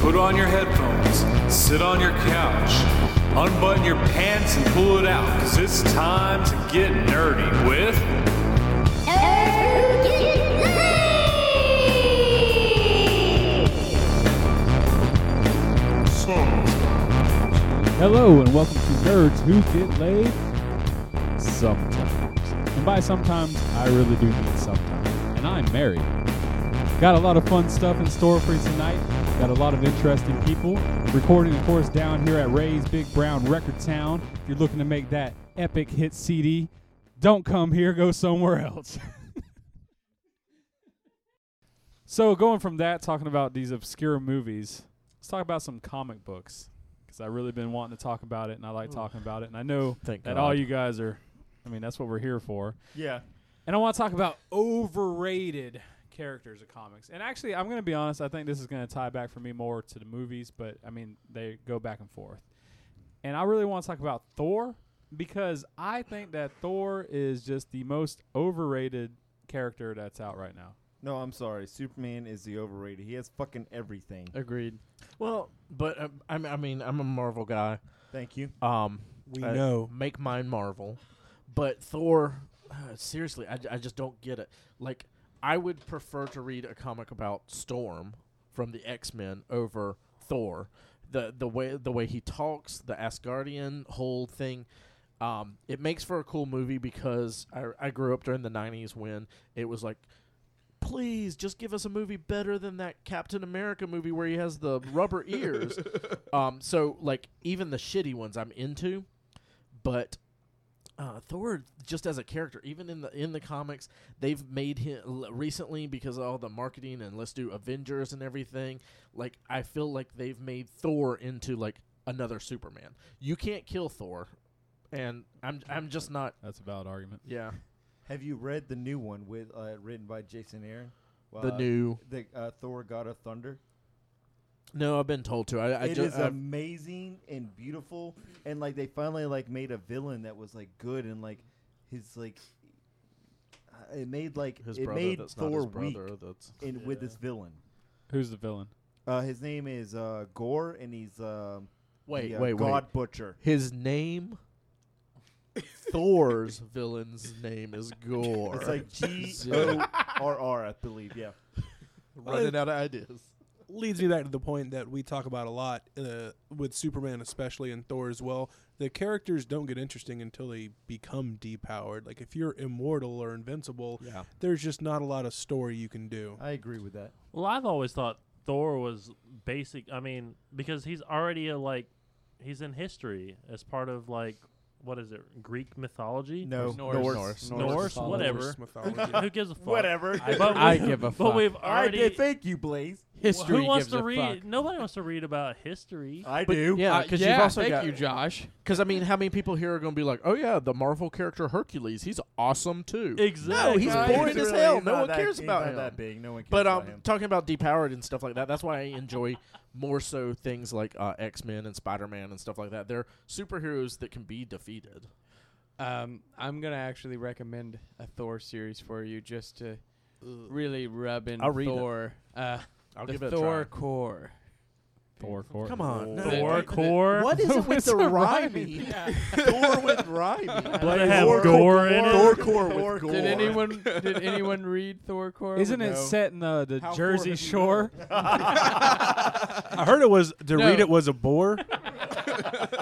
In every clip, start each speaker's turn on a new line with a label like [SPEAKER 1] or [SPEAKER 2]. [SPEAKER 1] Put on your headphones, sit on your couch, unbutton your pants and pull it out, because it's time to get nerdy with
[SPEAKER 2] Hello and welcome to Nerds Who Get Laid Sometimes. And by sometimes, I really do mean sometimes. And I'm married. Got a lot of fun stuff in store for you tonight. Got a lot of interesting people. Recording, of course, down here at Ray's Big Brown Record Town. If you're looking to make that epic hit CD, don't come here, go somewhere else. so, going from that, talking about these obscure movies, let's talk about some comic books. Because i really been wanting to talk about it, and I like talking about it. And I know
[SPEAKER 3] Thank
[SPEAKER 2] that
[SPEAKER 3] God.
[SPEAKER 2] all you guys are, I mean, that's what we're here for.
[SPEAKER 4] Yeah.
[SPEAKER 2] And I want to talk about overrated characters of comics. And actually, I'm going to be honest. I think this is going to tie back for me more to the movies, but I mean, they go back and forth. And I really want to talk about Thor because I think that Thor is just the most overrated character that's out right now.
[SPEAKER 4] No, I'm sorry. Superman is the overrated. He has fucking everything.
[SPEAKER 3] Agreed. Well, but uh, I, m- I mean, I'm a Marvel guy.
[SPEAKER 4] Thank you.
[SPEAKER 3] Um,
[SPEAKER 5] We
[SPEAKER 3] I
[SPEAKER 5] know.
[SPEAKER 3] Make mine Marvel, but Thor. uh, seriously, I, j- I just don't get it. Like, I would prefer to read a comic about Storm from the X Men over Thor. The the way the way he talks, the Asgardian whole thing. Um, it makes for a cool movie because I, I grew up during the '90s when it was like please just give us a movie better than that Captain America movie where he has the rubber ears. um, so like even the shitty ones I'm into, but uh, Thor just as a character, even in the in the comics, they've made him l- recently because of all the marketing and let's do Avengers and everything. Like I feel like they've made Thor into like another Superman. You can't kill Thor, and I'm I'm just not.
[SPEAKER 2] That's a valid argument.
[SPEAKER 3] Yeah,
[SPEAKER 4] Have you read the new one with uh, written by Jason Aaron?
[SPEAKER 3] the
[SPEAKER 4] Uh,
[SPEAKER 3] new.
[SPEAKER 4] the uh, Thor God of Thunder.
[SPEAKER 3] No, I've been told to. I, I
[SPEAKER 4] It is
[SPEAKER 3] ju- uh, I've-
[SPEAKER 4] amazing and beautiful, and like they finally like made a villain that was like good and like his like uh, it made like
[SPEAKER 3] his
[SPEAKER 4] it
[SPEAKER 3] brother
[SPEAKER 4] made
[SPEAKER 3] that's
[SPEAKER 4] Thor
[SPEAKER 3] not his
[SPEAKER 4] weak
[SPEAKER 3] brother that's
[SPEAKER 4] in with this villain.
[SPEAKER 2] Who's the villain?
[SPEAKER 4] Uh, his name is uh, Gore, and he's um,
[SPEAKER 3] wait
[SPEAKER 4] the, uh,
[SPEAKER 3] wait
[SPEAKER 4] God
[SPEAKER 3] wait
[SPEAKER 4] Butcher.
[SPEAKER 3] his name thor's villain's name is gore
[SPEAKER 4] It's like G O R R, I believe. Yeah.
[SPEAKER 3] running out of ideas
[SPEAKER 5] Leads me back to the point that we talk about a lot uh, with Superman, especially and Thor as well. The characters don't get interesting until they become depowered. Like if you're immortal or invincible,
[SPEAKER 3] yeah
[SPEAKER 5] there's just not a lot of story you can do.
[SPEAKER 4] I agree with that.
[SPEAKER 6] Well, I've always thought Thor was basic. I mean, because he's already a like, he's in history as part of like, what is it, Greek mythology?
[SPEAKER 4] No,
[SPEAKER 3] Norse. Norse.
[SPEAKER 6] Norse, whatever.
[SPEAKER 5] Norse mythology.
[SPEAKER 6] Who gives a fuck?
[SPEAKER 4] Whatever.
[SPEAKER 6] But
[SPEAKER 7] I
[SPEAKER 6] we-
[SPEAKER 7] give a
[SPEAKER 6] But
[SPEAKER 7] fuck.
[SPEAKER 6] we've
[SPEAKER 4] I
[SPEAKER 6] already.
[SPEAKER 4] did. Thank you, Blaze.
[SPEAKER 7] History
[SPEAKER 6] who wants
[SPEAKER 7] gives
[SPEAKER 6] to
[SPEAKER 7] a
[SPEAKER 6] read?
[SPEAKER 7] fuck.
[SPEAKER 6] Nobody wants to read about history.
[SPEAKER 4] I
[SPEAKER 3] But-
[SPEAKER 4] do.
[SPEAKER 3] yeah
[SPEAKER 7] Uh,
[SPEAKER 3] because
[SPEAKER 7] yeah,
[SPEAKER 3] you've also
[SPEAKER 7] thank
[SPEAKER 3] got
[SPEAKER 7] you, Josh.
[SPEAKER 3] because i mean how many people here are going to be like oh yeah the marvel character hercules he's awesome too
[SPEAKER 6] Exactly.
[SPEAKER 3] No, he's
[SPEAKER 4] Right.
[SPEAKER 3] boring
[SPEAKER 4] He's
[SPEAKER 3] as
[SPEAKER 4] really-
[SPEAKER 3] hell.
[SPEAKER 4] he's
[SPEAKER 3] No
[SPEAKER 4] not
[SPEAKER 3] one
[SPEAKER 4] that-
[SPEAKER 3] cares
[SPEAKER 4] he's
[SPEAKER 3] about
[SPEAKER 4] not
[SPEAKER 3] him.
[SPEAKER 4] That big. No one cares
[SPEAKER 3] but
[SPEAKER 4] about
[SPEAKER 3] um
[SPEAKER 4] him.
[SPEAKER 3] talking about depowered and stuff like that that's why i enjoy more so things like uh, x-men and spider-man and stuff like that they're superheroes that can be defeated
[SPEAKER 7] Um, I'm gonna actually recommend a Thor series for you just to really rub in
[SPEAKER 3] I'll read it.
[SPEAKER 7] Thor. Uh,
[SPEAKER 3] i'll
[SPEAKER 7] the
[SPEAKER 3] give it
[SPEAKER 7] Thor
[SPEAKER 3] a try
[SPEAKER 7] core.
[SPEAKER 2] Thor. Thor.
[SPEAKER 3] come on no.
[SPEAKER 7] Thor
[SPEAKER 6] Thor
[SPEAKER 7] Thor.
[SPEAKER 6] core.
[SPEAKER 3] What is it with the rhyming? Thor with rhyming.
[SPEAKER 6] But
[SPEAKER 4] Thor-
[SPEAKER 6] it have
[SPEAKER 4] Thor-
[SPEAKER 6] gore in it.
[SPEAKER 3] Thor core with
[SPEAKER 4] Thor-
[SPEAKER 3] gore.
[SPEAKER 7] Did anyone did anyone read Thor core?
[SPEAKER 2] Isn't it
[SPEAKER 7] No.
[SPEAKER 2] set in the, the
[SPEAKER 4] How far
[SPEAKER 2] Jersey
[SPEAKER 4] have you
[SPEAKER 2] Shore?
[SPEAKER 5] I heard it was to
[SPEAKER 7] No.
[SPEAKER 5] read it was a bore.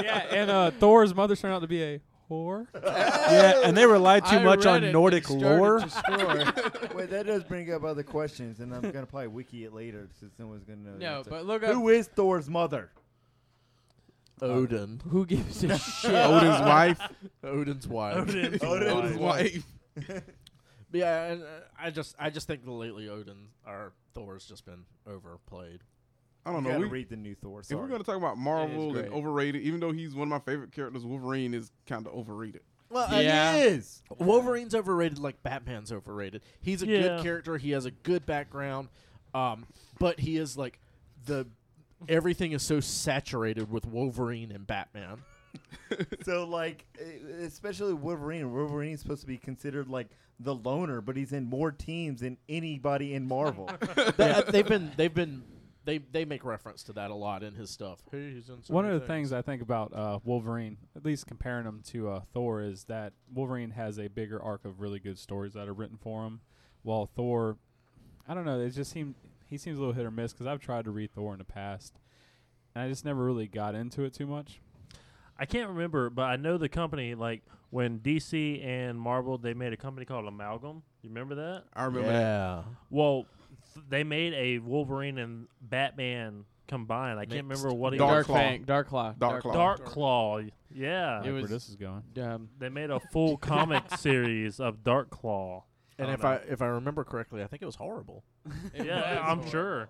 [SPEAKER 2] yeah, and uh, Thor's mother's turned out to be a whore.
[SPEAKER 5] yeah, and they relied too
[SPEAKER 7] I
[SPEAKER 5] much
[SPEAKER 7] read
[SPEAKER 5] on
[SPEAKER 7] it. It
[SPEAKER 5] Nordic
[SPEAKER 7] started
[SPEAKER 5] lore.
[SPEAKER 7] to score.
[SPEAKER 4] Wait, that does bring up other questions, and I'm gonna probably wiki it later since no one's gonna know. the
[SPEAKER 7] no,
[SPEAKER 4] answer.
[SPEAKER 7] but look up
[SPEAKER 4] who is Thor's mother?
[SPEAKER 3] Odin.
[SPEAKER 7] who gives a shit.
[SPEAKER 3] Odin's wife. Odin's wife.
[SPEAKER 4] Oh,
[SPEAKER 6] Odin's
[SPEAKER 4] Odin's
[SPEAKER 3] wife. Yeah, and, uh, I just I just think lately Odin or Thor's just been overplayed.
[SPEAKER 8] I don't
[SPEAKER 4] You
[SPEAKER 8] know.
[SPEAKER 4] gotta
[SPEAKER 8] We,
[SPEAKER 4] read the new Thor.
[SPEAKER 8] if
[SPEAKER 4] Sorry.
[SPEAKER 8] we're going to talk about Marvel
[SPEAKER 7] great.
[SPEAKER 8] and overrated, even though he's one of my favorite characters, Wolverine is kind of overrated.
[SPEAKER 4] well,
[SPEAKER 7] uh, Yeah.
[SPEAKER 4] it is.
[SPEAKER 3] Wolverine's overrated like Batman's overrated. He's a
[SPEAKER 6] Yeah.
[SPEAKER 3] good character. He has a good background. Um, but he is like the everything is so saturated with Wolverine and Batman.
[SPEAKER 4] So like, e- especially Wolverine. Wolverine's supposed to be considered like the loner, but he's in more teams than anybody in Marvel.
[SPEAKER 3] That- they've uh, been they've been They they make reference to that a lot in his stuff. Hey, he's in so
[SPEAKER 2] One
[SPEAKER 3] many
[SPEAKER 2] of the things I think about uh, Wolverine, at least comparing him to uh, Thor, is that Wolverine has a bigger arc of really good stories that are written for him, while Thor, I don't know, it just seemed he seems a little hit or miss because I've tried to read Thor in the past, and I just never really got into it too much.
[SPEAKER 6] I can't remember, but I know the company. Like when DC and Marvel, they made a company called Amalgam. You remember that?
[SPEAKER 8] I remember that.
[SPEAKER 3] Yeah.
[SPEAKER 6] Well, th- they made a Wolverine and Batman combined. I can't
[SPEAKER 3] Mixed.
[SPEAKER 6] remember what he
[SPEAKER 8] Dark
[SPEAKER 6] was.
[SPEAKER 8] Claw.
[SPEAKER 7] Fang, Dark Claw.
[SPEAKER 8] Dark Claw.
[SPEAKER 6] Dark Claw.
[SPEAKER 2] I
[SPEAKER 6] Yeah,
[SPEAKER 7] It
[SPEAKER 2] like
[SPEAKER 7] was-
[SPEAKER 2] where this is going.
[SPEAKER 7] Um,
[SPEAKER 6] they made a full comic series of Dark Claw.
[SPEAKER 3] And
[SPEAKER 6] I
[SPEAKER 3] if
[SPEAKER 6] don't
[SPEAKER 3] I if I remember correctly, I think it was horrible.
[SPEAKER 7] it
[SPEAKER 6] Yeah,
[SPEAKER 7] was
[SPEAKER 6] I'm
[SPEAKER 7] horrible.
[SPEAKER 6] sure.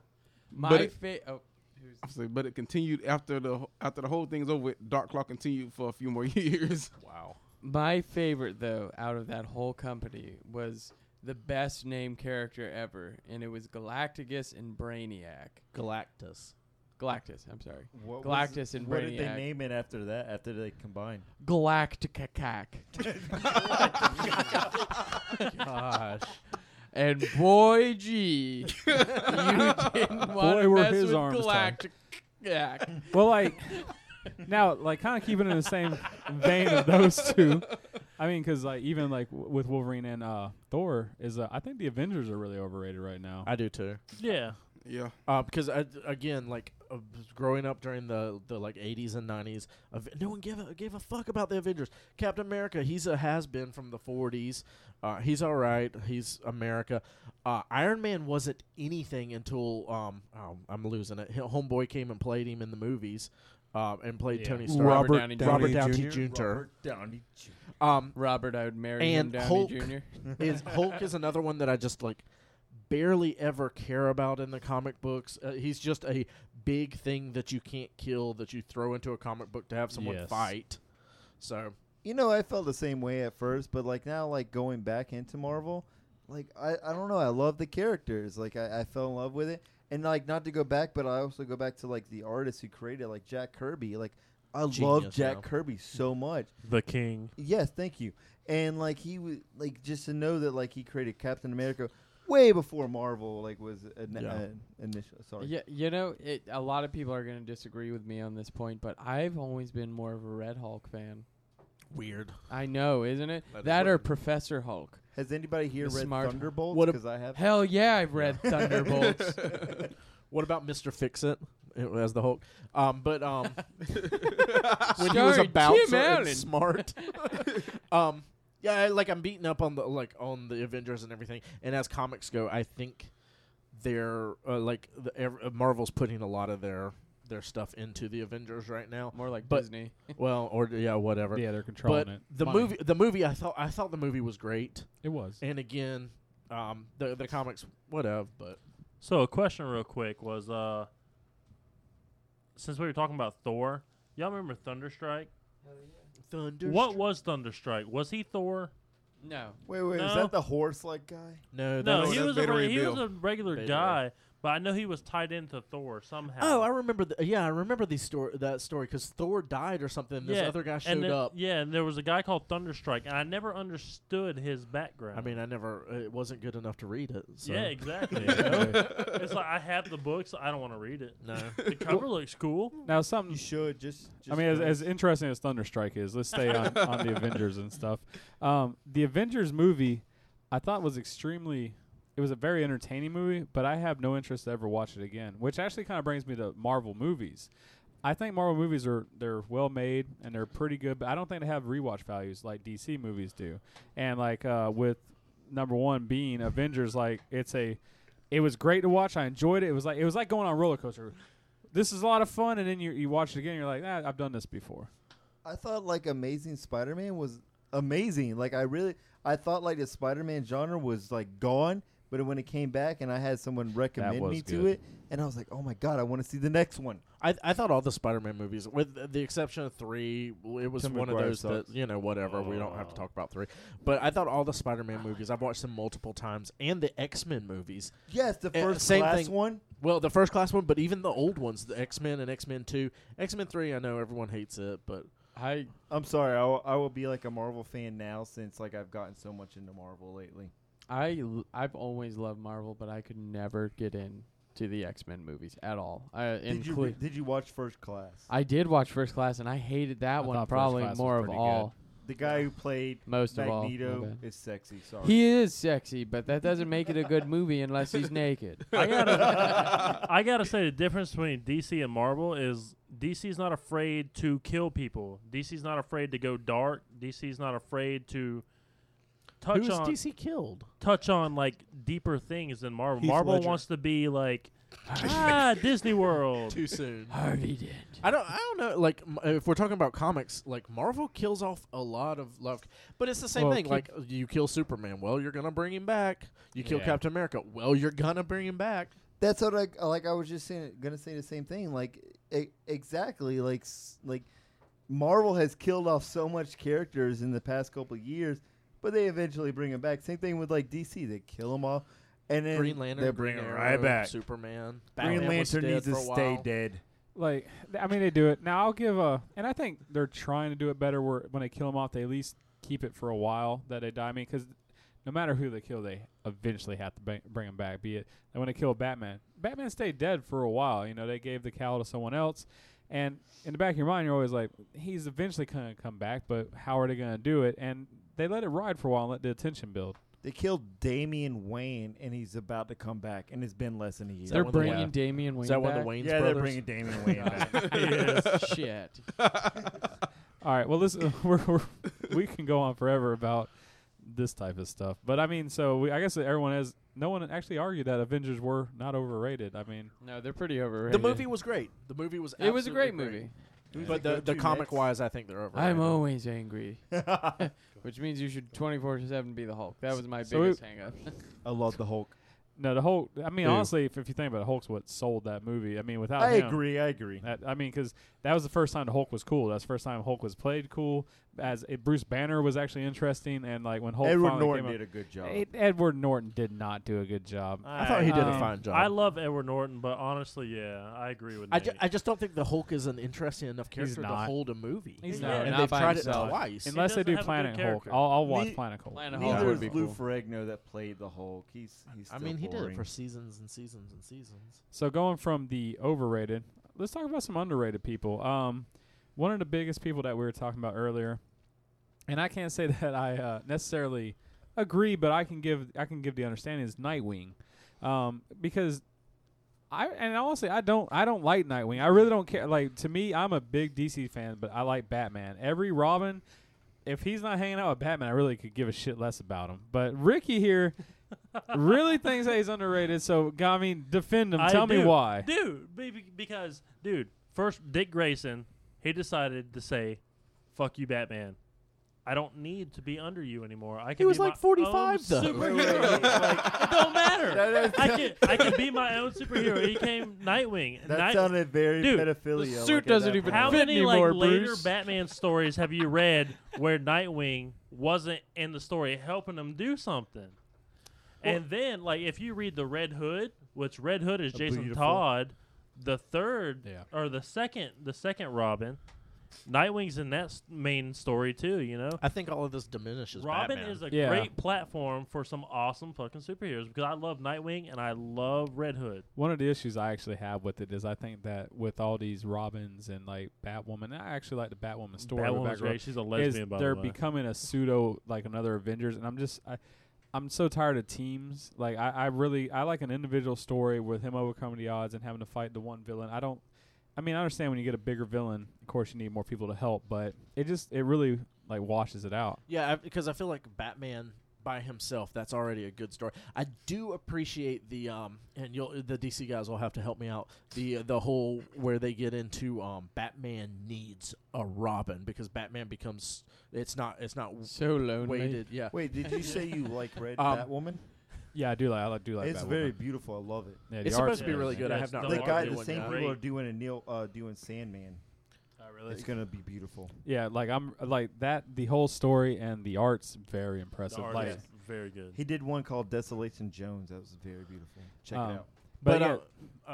[SPEAKER 7] My
[SPEAKER 8] But it-
[SPEAKER 7] favorite. Oh, who's
[SPEAKER 8] Obviously, But it continued after the after the whole thing's over. with, Dark Claw continued for a few more years.
[SPEAKER 3] Wow.
[SPEAKER 7] My favorite though out of that whole company was the best named character ever, and it was Galacticus and Brainiac.
[SPEAKER 3] Galactus.
[SPEAKER 7] Galactus, I'm sorry.
[SPEAKER 4] What
[SPEAKER 7] Galactus and
[SPEAKER 4] what did they
[SPEAKER 7] Brainiac.
[SPEAKER 4] name it after that? After they combined?
[SPEAKER 7] Galacticac.
[SPEAKER 2] Gosh,
[SPEAKER 7] And boy, gee, you didn't want
[SPEAKER 2] Boy,
[SPEAKER 7] to
[SPEAKER 2] were
[SPEAKER 7] mess
[SPEAKER 2] his
[SPEAKER 7] with
[SPEAKER 2] arms tied.
[SPEAKER 7] Galacticac.
[SPEAKER 2] well, like now, like kind of keeping it in the same vein of those two. I mean, because like even like w- with Wolverine and uh, Thor is, uh, I think the Avengers are really overrated right now.
[SPEAKER 3] I do too.
[SPEAKER 6] Yeah,
[SPEAKER 8] Yeah,
[SPEAKER 3] Uh, because I, again, like uh, growing up during the, the like 80s and 90s, of, no one gave a, gave a fuck about the Avengers. Captain America, he's a has been from the 40s. Uh, he's all right. He's America. Uh, Iron Man wasn't anything until um, oh, I'm losing it. Hi- Homeboy came and played him in the movies, uh, and played
[SPEAKER 2] Yeah.
[SPEAKER 3] Tony Stark.
[SPEAKER 5] Robert,
[SPEAKER 7] Downey
[SPEAKER 5] Downey,
[SPEAKER 3] Robert Downey
[SPEAKER 5] Jr.
[SPEAKER 3] Jr.
[SPEAKER 4] Robert Downey Jr.
[SPEAKER 3] Um,
[SPEAKER 7] Robert, I would marry
[SPEAKER 3] And
[SPEAKER 7] him, Downey
[SPEAKER 3] Hulk.
[SPEAKER 7] Jr.
[SPEAKER 3] is Hulk is another one that I just like barely ever care about in the comic books. Uh, he's just a big thing that you can't kill that you throw into a comic book to have someone
[SPEAKER 2] Yes.
[SPEAKER 3] fight. So
[SPEAKER 4] You know, I felt the same way at first, but like now, like going back into Marvel, like I, I don't know, I love the characters. Like I, I fell in love with it, and like not to go back, but I also go back to like the artists who created, it, like Jack Kirby. Like I love
[SPEAKER 3] Genius,
[SPEAKER 4] Jack
[SPEAKER 3] yeah.
[SPEAKER 4] Kirby so much.
[SPEAKER 6] the King.
[SPEAKER 4] Yes, thank you. And like he was like just to know that like he created Captain America way before Marvel like was an,
[SPEAKER 3] Yeah.
[SPEAKER 4] uh, initial. Sorry.
[SPEAKER 7] Yeah, you know, it, a lot of people are going to disagree with me on this point, but I've always been more of a Red Hulk fan.
[SPEAKER 3] weird.
[SPEAKER 7] I know, isn't it?
[SPEAKER 3] That
[SPEAKER 7] That,
[SPEAKER 3] is
[SPEAKER 7] or
[SPEAKER 3] weird.
[SPEAKER 7] Professor Hulk.
[SPEAKER 4] Has anybody here
[SPEAKER 7] The
[SPEAKER 4] read
[SPEAKER 7] smart-
[SPEAKER 4] Thunderbolts?
[SPEAKER 3] What a-
[SPEAKER 4] Because I have.
[SPEAKER 7] Hell yeah, I've read Thunderbolts.
[SPEAKER 3] What about Mister Fix It as the Hulk? Um, but um, when he was
[SPEAKER 7] Starring
[SPEAKER 3] a
[SPEAKER 7] Tim
[SPEAKER 3] bouncer and
[SPEAKER 7] Allen.
[SPEAKER 3] smart. um, yeah, I- like I'm beating up on the like on the Avengers and everything. And as comics go, I think they're uh, like the, ev- uh, Marvel's putting a lot of their their stuff into the Avengers right now.
[SPEAKER 7] More like
[SPEAKER 3] But-
[SPEAKER 7] Disney.
[SPEAKER 3] Well, or yeah, whatever.
[SPEAKER 2] yeah, they're controlling
[SPEAKER 3] but
[SPEAKER 2] it.
[SPEAKER 3] the
[SPEAKER 2] Funny.
[SPEAKER 3] movie, the movie, I thought I thought the movie was great.
[SPEAKER 2] it was.
[SPEAKER 3] And again, um, the the comics, whatever. But
[SPEAKER 6] So a question, real quick, was uh, since we were talking about Thor, y'all remember Thunderstrike?
[SPEAKER 3] Thunder.
[SPEAKER 6] What was Thunderstrike? Was he Thor?
[SPEAKER 7] No.
[SPEAKER 4] Wait, wait, is
[SPEAKER 6] No.
[SPEAKER 4] that the horse-like guy?
[SPEAKER 3] No,
[SPEAKER 6] No,
[SPEAKER 3] that's-
[SPEAKER 6] he
[SPEAKER 8] that's
[SPEAKER 6] was a
[SPEAKER 8] Beta
[SPEAKER 6] re-
[SPEAKER 8] Ray
[SPEAKER 6] he was
[SPEAKER 8] Bill.
[SPEAKER 6] a regular
[SPEAKER 3] Beta Ray.
[SPEAKER 6] guy, but I know he was tied into Thor somehow.
[SPEAKER 3] Oh, I remember. The, yeah, I remember the story. That story because Thor died or something. This
[SPEAKER 6] Yeah,
[SPEAKER 3] other guy showed
[SPEAKER 6] and there,
[SPEAKER 3] up.
[SPEAKER 6] Yeah, and there was a guy called Thunderstrike, and I never understood his background.
[SPEAKER 3] I mean, I never. It wasn't good enough to read it. So.
[SPEAKER 6] uh, yeah, exactly. you know? it's like I have the books, I don't want to read it.
[SPEAKER 3] No.
[SPEAKER 6] The cover looks cool.
[SPEAKER 2] Now something
[SPEAKER 4] You should just. just
[SPEAKER 2] I mean, as,
[SPEAKER 4] do it.
[SPEAKER 2] as interesting as Thunderstrike is, let's stay on, on the Avengers and stuff. Um, the Avengers movie, I thought was extremely. It was a very entertaining movie, but I have no interest to ever watch it again. Which actually kind of brings me to Marvel movies. I think Marvel movies are they're well made and they're pretty good, but I don't think they have rewatch values like DC movies do. And like uh, with number one being Avengers, like it's a, it was great to watch. I enjoyed it. It was like it was like going on a roller coaster this is a lot of fun, and then you you watch it again, and you're like, ah, I've done this before.
[SPEAKER 4] I thought like Amazing Spider-Man was amazing. Like I really, I thought like the Spider-Man genre was like gone, but when it came back and I had someone recommend
[SPEAKER 2] was
[SPEAKER 4] me to
[SPEAKER 2] good.
[SPEAKER 4] it, and I was like, oh my god, I want to see the next one.
[SPEAKER 3] I, I thought all the Spider-Man movies, with the- the exception of three, w- it was
[SPEAKER 4] Tim
[SPEAKER 3] one of
[SPEAKER 4] McGuire
[SPEAKER 3] those that
[SPEAKER 4] sucks.
[SPEAKER 3] you know whatever. We don't have to talk about three, but I thought all the Spider-Man movies. I've watched them multiple times, and the X-Men movies.
[SPEAKER 4] Yes, the
[SPEAKER 3] Eh,
[SPEAKER 4] first
[SPEAKER 3] same
[SPEAKER 4] class
[SPEAKER 3] thing.
[SPEAKER 4] one.
[SPEAKER 3] Well, the first class one, but even the old ones, the X-Men and X-Men Two, X-Men Three. I know everyone hates it, but
[SPEAKER 7] I
[SPEAKER 4] I'm sorry, I will, I will be like a Marvel fan now since like I've gotten so much into Marvel lately.
[SPEAKER 7] I l- I've always loved Marvel, but I could never get into to the X Men movies at all. I,
[SPEAKER 4] Did you, re-
[SPEAKER 7] include-
[SPEAKER 4] did you watch First Class?
[SPEAKER 7] I did watch First Class, and I hated that
[SPEAKER 2] I
[SPEAKER 7] one
[SPEAKER 2] thought First
[SPEAKER 7] probably
[SPEAKER 2] Class was
[SPEAKER 7] more of
[SPEAKER 2] pretty
[SPEAKER 7] all.
[SPEAKER 4] the guy who played
[SPEAKER 7] Most of all, my
[SPEAKER 4] Magneto
[SPEAKER 7] bad.
[SPEAKER 4] is sexy. Sorry.
[SPEAKER 7] He is sexy, but that doesn't make it a good movie unless he's naked.
[SPEAKER 6] I gotta, I gotta say the difference between DC and Marvel is DC's not afraid to kill people. DC's not afraid to go dark. DC's not afraid to touch
[SPEAKER 3] Who's
[SPEAKER 6] on
[SPEAKER 3] DC killed?
[SPEAKER 6] touch on like deeper things than Marvel.
[SPEAKER 5] Heath
[SPEAKER 6] Marvel
[SPEAKER 5] Ledger.
[SPEAKER 6] wants to be like ah Disney World.
[SPEAKER 5] Too soon.
[SPEAKER 7] Harvey did.
[SPEAKER 3] I don't. I don't know. Like, m- if we're talking about comics, like Marvel kills off a lot of love, but it's the same
[SPEAKER 7] Well,
[SPEAKER 3] thing.
[SPEAKER 7] keep-
[SPEAKER 3] Like, you kill Superman, well, you're gonna bring him back. You kill
[SPEAKER 2] Yeah.
[SPEAKER 3] Captain America, well, you're gonna bring him back.
[SPEAKER 4] That's what I like. I was just saying, gonna say the same thing. Like e- exactly, like s- like Marvel has killed off so much characters in the past couple of years, but they eventually bring them back. Same thing with like DC, they kill them all, and then
[SPEAKER 3] Green Lantern,
[SPEAKER 4] they bring
[SPEAKER 3] Green
[SPEAKER 4] 'em
[SPEAKER 3] Arrow,
[SPEAKER 4] right back.
[SPEAKER 3] Superman,
[SPEAKER 4] Green
[SPEAKER 3] Batman was
[SPEAKER 4] Lantern
[SPEAKER 3] dead
[SPEAKER 4] needs to
[SPEAKER 3] for a
[SPEAKER 4] stay
[SPEAKER 3] while.
[SPEAKER 4] dead.
[SPEAKER 2] Like, th- I mean, they do it now. I'll give a, and I think they're trying to do it better. Where when they kill them off, they at least keep it for a while that they die. I mean, because no matter who they kill, they eventually have to bang, bring them back. Be it and when they kill Batman, Batman stayed dead for a while. You know, they gave the cowl to someone else, and in the back of your mind, you're always like, he's eventually gonna come back, but how are they gonna do it? And they let it ride for a while and let the attention build.
[SPEAKER 4] They killed Damian Wayne, and he's about to come back, and it's been less than a year.
[SPEAKER 3] that
[SPEAKER 7] They're
[SPEAKER 3] when the
[SPEAKER 7] bringing
[SPEAKER 3] Wayne-
[SPEAKER 7] Damian Wayne
[SPEAKER 3] Is that
[SPEAKER 7] back.
[SPEAKER 3] one of the Wayne's
[SPEAKER 4] yeah,
[SPEAKER 3] brothers?
[SPEAKER 4] they're bringing Damian Wayne back.
[SPEAKER 7] Shit.
[SPEAKER 2] All right. Well, this we're, we're, we can go on forever about this type of stuff, but I mean, so we, I guess that everyone has no one actually argued that Avengers were not overrated. I mean,
[SPEAKER 7] No, they're pretty overrated.
[SPEAKER 3] the movie was great. The movie was.
[SPEAKER 7] It was a
[SPEAKER 3] absolutely
[SPEAKER 7] great movie.
[SPEAKER 3] But the, the comic wise, I think they're over.
[SPEAKER 7] I'm always angry, which means you should 24 seven be the Hulk. That was my
[SPEAKER 2] So
[SPEAKER 7] biggest hang up.
[SPEAKER 4] I love the Hulk.
[SPEAKER 2] no, the Hulk. I mean,
[SPEAKER 4] Who?
[SPEAKER 2] honestly, if, if you think about it, Hulk's what sold that movie. I mean, without
[SPEAKER 4] I
[SPEAKER 2] him,
[SPEAKER 4] agree. I agree.
[SPEAKER 2] That, I mean, because that was the first time the Hulk was cool. That's the first time Hulk was played cool. As it, Bruce Banner was actually interesting, and like when Hulk
[SPEAKER 4] Edward
[SPEAKER 2] finally
[SPEAKER 4] Norton
[SPEAKER 2] came
[SPEAKER 4] did a good job.
[SPEAKER 2] up, Ed- Edward Norton did not do a good job.
[SPEAKER 3] I thought Oh, he did a
[SPEAKER 2] Um,
[SPEAKER 3] fine job.
[SPEAKER 6] I love Edward Norton, but honestly, yeah, I agree with
[SPEAKER 3] I,
[SPEAKER 6] Nate.
[SPEAKER 3] ju- I just don't think the Hulk is an interesting enough
[SPEAKER 2] He's
[SPEAKER 3] character to
[SPEAKER 2] not.
[SPEAKER 3] hold a movie.
[SPEAKER 7] He's
[SPEAKER 6] not.
[SPEAKER 3] and
[SPEAKER 7] Not
[SPEAKER 3] they've
[SPEAKER 7] by
[SPEAKER 3] tried
[SPEAKER 7] himself.
[SPEAKER 3] it twice.
[SPEAKER 2] Unless they
[SPEAKER 6] doesn't
[SPEAKER 2] do
[SPEAKER 6] have a good
[SPEAKER 2] Planet Hulk,
[SPEAKER 6] character.
[SPEAKER 2] I'll, I'll watch
[SPEAKER 4] Ne-
[SPEAKER 2] Planet Hulk.
[SPEAKER 7] Planet Hulk
[SPEAKER 4] Neither
[SPEAKER 7] would
[SPEAKER 4] is
[SPEAKER 7] be
[SPEAKER 4] Lou
[SPEAKER 7] cool.
[SPEAKER 4] Ferrigno that played the Hulk. He's he's.
[SPEAKER 3] I
[SPEAKER 4] still
[SPEAKER 3] mean, he did it
[SPEAKER 4] boring.
[SPEAKER 3] for seasons and seasons and seasons.
[SPEAKER 2] So going from the overrated, let's talk about some underrated people. Um, one of the biggest people that we were talking about earlier, and I can't say that I uh, necessarily agree, but I can give I can give the understanding is Nightwing, um, because I and honestly I don't I don't like Nightwing. I really don't care. Like to me, I'm a big DC fan, but I like Batman. Every Robin, if he's not hanging out with Batman, I really could give a shit less about him. But Ricky here. really thinks that he's underrated, so I mean, defend him.
[SPEAKER 6] I
[SPEAKER 2] Tell me
[SPEAKER 6] do.
[SPEAKER 2] why.
[SPEAKER 6] dude. be- be- Because, dude, first Dick Grayson, he decided to say, "Fuck you, Batman. I don't need to be under you anymore. I can."
[SPEAKER 3] was
[SPEAKER 6] be
[SPEAKER 3] like
[SPEAKER 6] my
[SPEAKER 3] 45
[SPEAKER 6] own
[SPEAKER 3] though.
[SPEAKER 6] Superhero. Like, it don't matter. I can I can be my own superhero. He came Nightwing.
[SPEAKER 4] That
[SPEAKER 6] Night-
[SPEAKER 4] sounded very
[SPEAKER 6] Dude,
[SPEAKER 4] pedophilia.
[SPEAKER 7] the
[SPEAKER 4] like,
[SPEAKER 7] suit
[SPEAKER 4] at
[SPEAKER 7] doesn't
[SPEAKER 4] that
[SPEAKER 7] even
[SPEAKER 4] point.
[SPEAKER 6] How
[SPEAKER 7] fit
[SPEAKER 6] many
[SPEAKER 7] anymore,
[SPEAKER 6] like later
[SPEAKER 7] Bruce.
[SPEAKER 6] Batman stories have you read where Nightwing wasn't in the story helping him do something? and then like if you read the Red Hood, which Red Hood is Jason
[SPEAKER 4] beautiful-
[SPEAKER 6] Todd, the third
[SPEAKER 2] Yeah.
[SPEAKER 6] or the second the second Robin, Nightwing's in that s- main story too, you know?
[SPEAKER 3] I think all of this diminishes
[SPEAKER 6] Robin
[SPEAKER 3] Batman.
[SPEAKER 6] is a
[SPEAKER 2] Yeah.
[SPEAKER 6] great platform for some awesome fucking superheroes because I love Nightwing and I love Red Hood.
[SPEAKER 2] One of the issues I actually have with it is I think that with all these Robins and like Batwoman, I actually like the Batwoman story. with
[SPEAKER 6] Batwoman's
[SPEAKER 2] Batgirl,
[SPEAKER 6] great. She's a
[SPEAKER 2] is
[SPEAKER 6] lesbian, by
[SPEAKER 2] they're
[SPEAKER 6] the way.
[SPEAKER 2] becoming a pseudo like another Avengers, and I'm just I, I'm so tired of teams. Like I, I really I like an individual story with him overcoming the odds and having to fight the one villain. I don't. I mean, I understand when you get a bigger villain, of course you need more people to help, but it just it really like washes it out.
[SPEAKER 3] Yeah, I, because I feel like Batman by himself, that's already a good story. I do appreciate the um, and you'll the DC guys will have to help me out. The uh, the whole where they get into um, Batman needs a Robin because Batman becomes it's not it's not
[SPEAKER 7] So lonely.
[SPEAKER 3] weighted. Yeah,
[SPEAKER 4] Wait, did you say you like Red
[SPEAKER 2] Um,
[SPEAKER 4] Batwoman?
[SPEAKER 2] Yeah, I do like I like, do like
[SPEAKER 4] It's
[SPEAKER 2] Batwoman.
[SPEAKER 4] very beautiful. I love it.
[SPEAKER 2] Yeah, the
[SPEAKER 3] it's
[SPEAKER 2] art's
[SPEAKER 3] supposed to be
[SPEAKER 2] amazing.
[SPEAKER 3] really good. I
[SPEAKER 6] Yeah,
[SPEAKER 3] have not.
[SPEAKER 6] it's
[SPEAKER 4] the
[SPEAKER 6] the
[SPEAKER 3] read
[SPEAKER 4] guy,
[SPEAKER 3] it.
[SPEAKER 6] Arkham
[SPEAKER 4] the
[SPEAKER 6] one
[SPEAKER 4] same
[SPEAKER 6] guy.
[SPEAKER 4] people are
[SPEAKER 6] Great.
[SPEAKER 4] doing a Neil, uh, doing Sandman.
[SPEAKER 6] Oh,
[SPEAKER 4] It's gonna be beautiful.
[SPEAKER 2] Yeah, like I'm like that. The whole story and the art's very impressive.
[SPEAKER 6] The art
[SPEAKER 2] like,
[SPEAKER 6] is very good.
[SPEAKER 4] He did one called Desolation Jones. That was very beautiful. Check
[SPEAKER 2] Um,
[SPEAKER 4] it out.
[SPEAKER 2] but,
[SPEAKER 3] But,
[SPEAKER 2] yeah,
[SPEAKER 3] uh,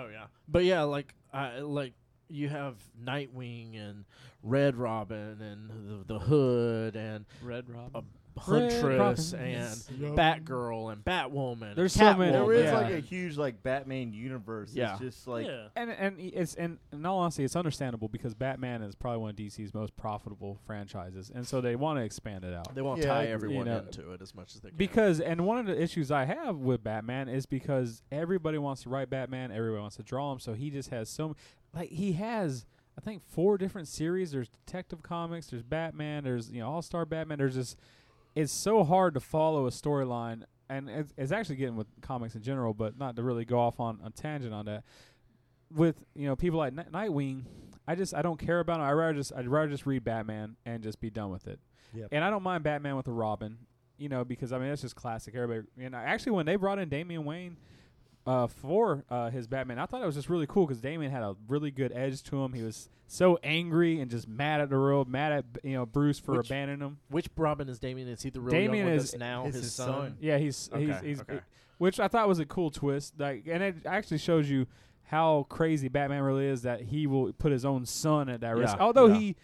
[SPEAKER 3] oh yeah, but yeah, like I like you have Nightwing and Red Robin and the, the Hood and
[SPEAKER 7] Red Robin.
[SPEAKER 3] a Huntress
[SPEAKER 2] Crocker.
[SPEAKER 3] and
[SPEAKER 2] Yes.
[SPEAKER 3] Batgirl and Batwoman.
[SPEAKER 2] There's so
[SPEAKER 3] and
[SPEAKER 2] many.
[SPEAKER 4] There is
[SPEAKER 2] Yeah.
[SPEAKER 4] like a huge like Batman universe.
[SPEAKER 3] Yeah.
[SPEAKER 4] It's just like
[SPEAKER 6] yeah.
[SPEAKER 2] And and i- it's and in all honesty, it's understandable because Batman is probably one of DC's most profitable franchises, and so they want to expand it out.
[SPEAKER 3] They want to
[SPEAKER 4] Yeah, I
[SPEAKER 3] tie
[SPEAKER 4] agree.
[SPEAKER 3] everyone
[SPEAKER 2] You know,
[SPEAKER 3] into it as much as they can.
[SPEAKER 2] Because and one of the issues I have with Batman is because everybody wants to write Batman, everybody wants to draw him, so he just has so m- like he has I think four different series. There's Detective Comics, there's Batman, there's you know All Star Batman. There's just it's so hard to follow a storyline, and it's, it's actually getting with comics in general, but not to really go off on a tangent on that. With you know people like Ni- Nightwing, I just I don't care about him. I rather just I'd rather just read Batman and just be done with it.
[SPEAKER 3] Yep.
[SPEAKER 2] And I don't mind Batman with a Robin, you know, because I mean that's just classic. Everybody and I, actually when they brought in Damian Wayne. Uh, for uh, his Batman, I thought it was just really cool because Damian had a really good edge to him. He was so angry and just mad at the world, mad at you know Bruce for
[SPEAKER 3] Which-
[SPEAKER 2] abandoning him.
[SPEAKER 3] Which Robin is Damien? Is he the real Damien
[SPEAKER 2] Damien
[SPEAKER 3] one with
[SPEAKER 2] is-
[SPEAKER 3] us now?
[SPEAKER 4] is
[SPEAKER 3] His,
[SPEAKER 4] his
[SPEAKER 3] son.
[SPEAKER 4] son.
[SPEAKER 2] Yeah, he's he's,
[SPEAKER 3] Okay,
[SPEAKER 2] he's
[SPEAKER 3] okay.
[SPEAKER 2] which I thought was a cool twist. Like, and it actually shows you how crazy Batman really is that he will put his own son at that risk.
[SPEAKER 3] Yeah,
[SPEAKER 2] Although
[SPEAKER 3] yeah.
[SPEAKER 2] he,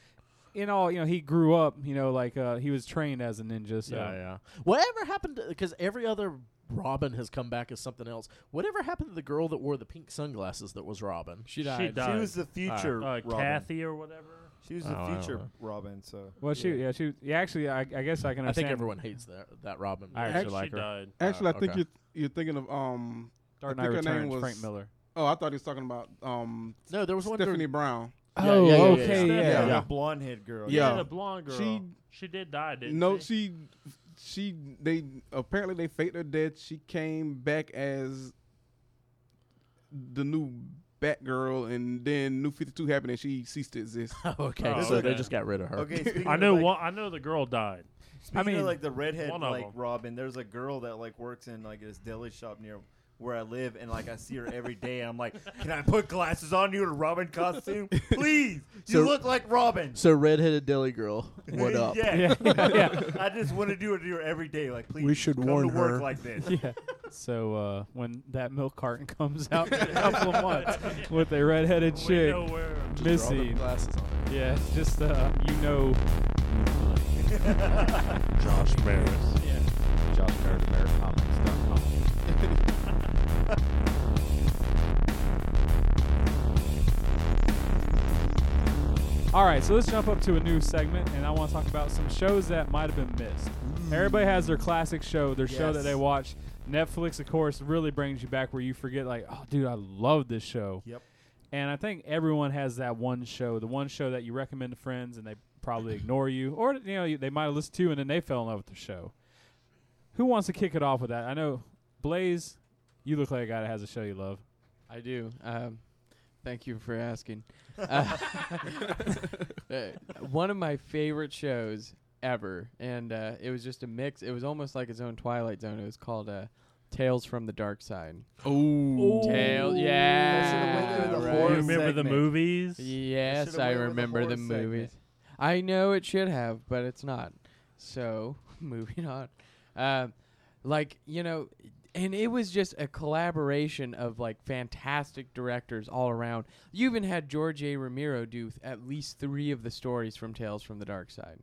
[SPEAKER 2] in all, you know, he grew up. You know, like uh, he was trained as a ninja. So
[SPEAKER 3] Yeah, yeah. Whatever happened? Because every other Robin has come back as something else. Whatever happened to the girl that wore the pink sunglasses that was Robin?
[SPEAKER 7] She
[SPEAKER 6] She
[SPEAKER 7] died.
[SPEAKER 6] died.
[SPEAKER 4] she was the future
[SPEAKER 6] uh,
[SPEAKER 4] Robin.
[SPEAKER 6] Kathy or whatever.
[SPEAKER 4] She was
[SPEAKER 3] Oh, I
[SPEAKER 4] the
[SPEAKER 3] don't
[SPEAKER 4] future
[SPEAKER 3] know.
[SPEAKER 4] Robin. So
[SPEAKER 2] well, she, yeah, she, yeah, actually, I, I guess I can. Understand.
[SPEAKER 3] I think everyone hates that that Robin.
[SPEAKER 2] I actually
[SPEAKER 6] she
[SPEAKER 2] like her.
[SPEAKER 6] died.
[SPEAKER 8] Actually, I
[SPEAKER 3] Uh,
[SPEAKER 8] think
[SPEAKER 3] okay.
[SPEAKER 8] you're you're thinking of um.
[SPEAKER 2] Dark
[SPEAKER 8] I
[SPEAKER 2] Knight
[SPEAKER 8] think her name
[SPEAKER 2] Returns,
[SPEAKER 8] was-
[SPEAKER 2] Frank Miller.
[SPEAKER 8] Oh, I thought he was talking about um
[SPEAKER 3] no, there was one.
[SPEAKER 8] Stephanie
[SPEAKER 3] During,
[SPEAKER 8] Brown.
[SPEAKER 3] Yeah, yeah, yeah, yeah,
[SPEAKER 2] okay,
[SPEAKER 6] yeah.
[SPEAKER 4] yeah,
[SPEAKER 8] Yeah.
[SPEAKER 4] the blonde haired girl.
[SPEAKER 3] Oh.
[SPEAKER 8] Yeah.
[SPEAKER 6] the blonde girl. She,
[SPEAKER 8] She-
[SPEAKER 6] did die, didn't
[SPEAKER 8] No,
[SPEAKER 6] she?
[SPEAKER 8] she she they apparently they faked her death. She came back as the new Batgirl, and then New Fifty Two happened, and she ceased to exist.
[SPEAKER 3] okay,
[SPEAKER 6] Oh,
[SPEAKER 3] so they
[SPEAKER 6] okay.
[SPEAKER 3] just got rid of her.
[SPEAKER 4] Okay. Speaking
[SPEAKER 6] I
[SPEAKER 4] of,
[SPEAKER 6] know
[SPEAKER 4] like,
[SPEAKER 6] one. I know the girl died.
[SPEAKER 4] Speaking
[SPEAKER 2] mean,
[SPEAKER 4] of like the redhead
[SPEAKER 6] one of
[SPEAKER 4] like
[SPEAKER 6] them.
[SPEAKER 4] Robin, there's a girl that like works in like this deli shop near where I live, and like I see her every day, and I'm like, can I put glasses on you in a Robin costume, please?
[SPEAKER 3] So-
[SPEAKER 4] you look like Robin.
[SPEAKER 3] So redheaded deli girl, what up?
[SPEAKER 4] yeah.
[SPEAKER 2] Yeah, yeah,
[SPEAKER 4] I just want to do it to her every day. Like, please,
[SPEAKER 5] We should
[SPEAKER 4] come
[SPEAKER 5] warn
[SPEAKER 4] to work
[SPEAKER 5] her.
[SPEAKER 4] like this.
[SPEAKER 2] yeah. So uh, when that milk carton comes out in a couple of months with a redheaded
[SPEAKER 6] We
[SPEAKER 2] chick,
[SPEAKER 6] know where.
[SPEAKER 2] Missy,
[SPEAKER 3] Glasses on.
[SPEAKER 2] yeah, just uh, you know.
[SPEAKER 6] Josh Barris.
[SPEAKER 2] Josh Carter, BearComics.com. All right, so let's jump up to a new segment, and I want to talk about some shows that might have been missed. Everybody has their classic show, their show that
[SPEAKER 3] Mm. Yes.
[SPEAKER 2] they watch. Netflix, of course, really brings you back where you forget, like, oh, dude, I love this show.
[SPEAKER 4] Yep.
[SPEAKER 2] And I think everyone has that one show, the one show that you recommend to friends, and they probably ignore you, or you know, you- they might have listened to, you and then they fell in love with the show. Who wants to kick it off with that? I know, Blaze, you look like a guy that has a show you love.
[SPEAKER 7] I do. Um, thank you for asking. Uh, uh, one of my favorite shows ever, and uh, it was just a mix. It was almost like its own Twilight Zone. It was called uh, Tales from the Dark Side.
[SPEAKER 8] Oh,
[SPEAKER 7] Tales, yeah,
[SPEAKER 4] the
[SPEAKER 7] right.
[SPEAKER 6] You
[SPEAKER 4] horror
[SPEAKER 6] remember the
[SPEAKER 4] segment.
[SPEAKER 6] movies?
[SPEAKER 7] Yes,
[SPEAKER 4] should've
[SPEAKER 7] I
[SPEAKER 4] went with the
[SPEAKER 7] remember
[SPEAKER 4] horror
[SPEAKER 7] the
[SPEAKER 4] segment.
[SPEAKER 7] movies. I know it should have, but it's not. So moving on. Um, like you know, and it was just a collaboration of like fantastic directors all around. You even had George A. Romero do th- at least three of the stories from Tales from the Dark Side.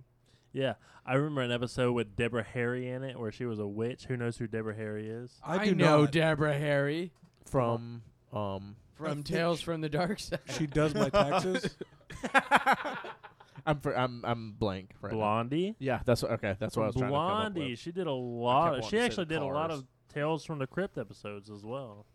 [SPEAKER 6] Yeah, I remember an episode with Deborah Harry in it where she was a witch. Who knows who Deborah Harry is?
[SPEAKER 5] I do
[SPEAKER 7] know
[SPEAKER 5] not.
[SPEAKER 7] Deborah Harry
[SPEAKER 3] From um,
[SPEAKER 7] from
[SPEAKER 5] think
[SPEAKER 7] Tales
[SPEAKER 5] she-
[SPEAKER 7] from the Dark Side.
[SPEAKER 5] She does my taxes.
[SPEAKER 3] I'm for, I'm I'm blank right now.
[SPEAKER 6] Blondie.
[SPEAKER 3] Yeah, that's what, okay. That's what I was trying to come up
[SPEAKER 6] Blondie.
[SPEAKER 3] with.
[SPEAKER 6] She did a lot.
[SPEAKER 3] wanting
[SPEAKER 6] Of,
[SPEAKER 3] to
[SPEAKER 6] she
[SPEAKER 3] say
[SPEAKER 6] actually
[SPEAKER 3] the
[SPEAKER 6] did a lot
[SPEAKER 3] Cars.
[SPEAKER 6] of Tales from the Crypt episodes as well.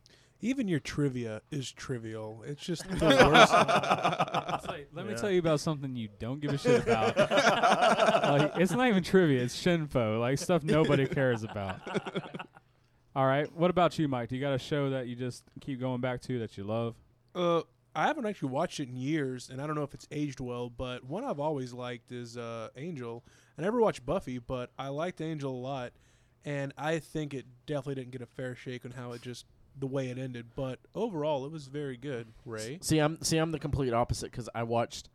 [SPEAKER 5] Even your trivia is trivial. It's just the worst.
[SPEAKER 2] let
[SPEAKER 6] me
[SPEAKER 2] me
[SPEAKER 6] tell
[SPEAKER 2] tell you about something you don't give a shit about. like, it's not even trivia; it's shinfo, like stuff nobody cares about. All right, what about you, Mike? Do you got a show that you just keep going back to that you love?
[SPEAKER 5] Uh, I haven't actually watched it in years, and I don't know if it's aged well. But one I've always liked is uh, Angel. I never watched Buffy, but I liked Angel a lot, and I think it definitely didn't get a fair shake on how it just the way it ended. But overall, it was very good. Ray,
[SPEAKER 3] See, I'm see, I'm the complete opposite because I watched,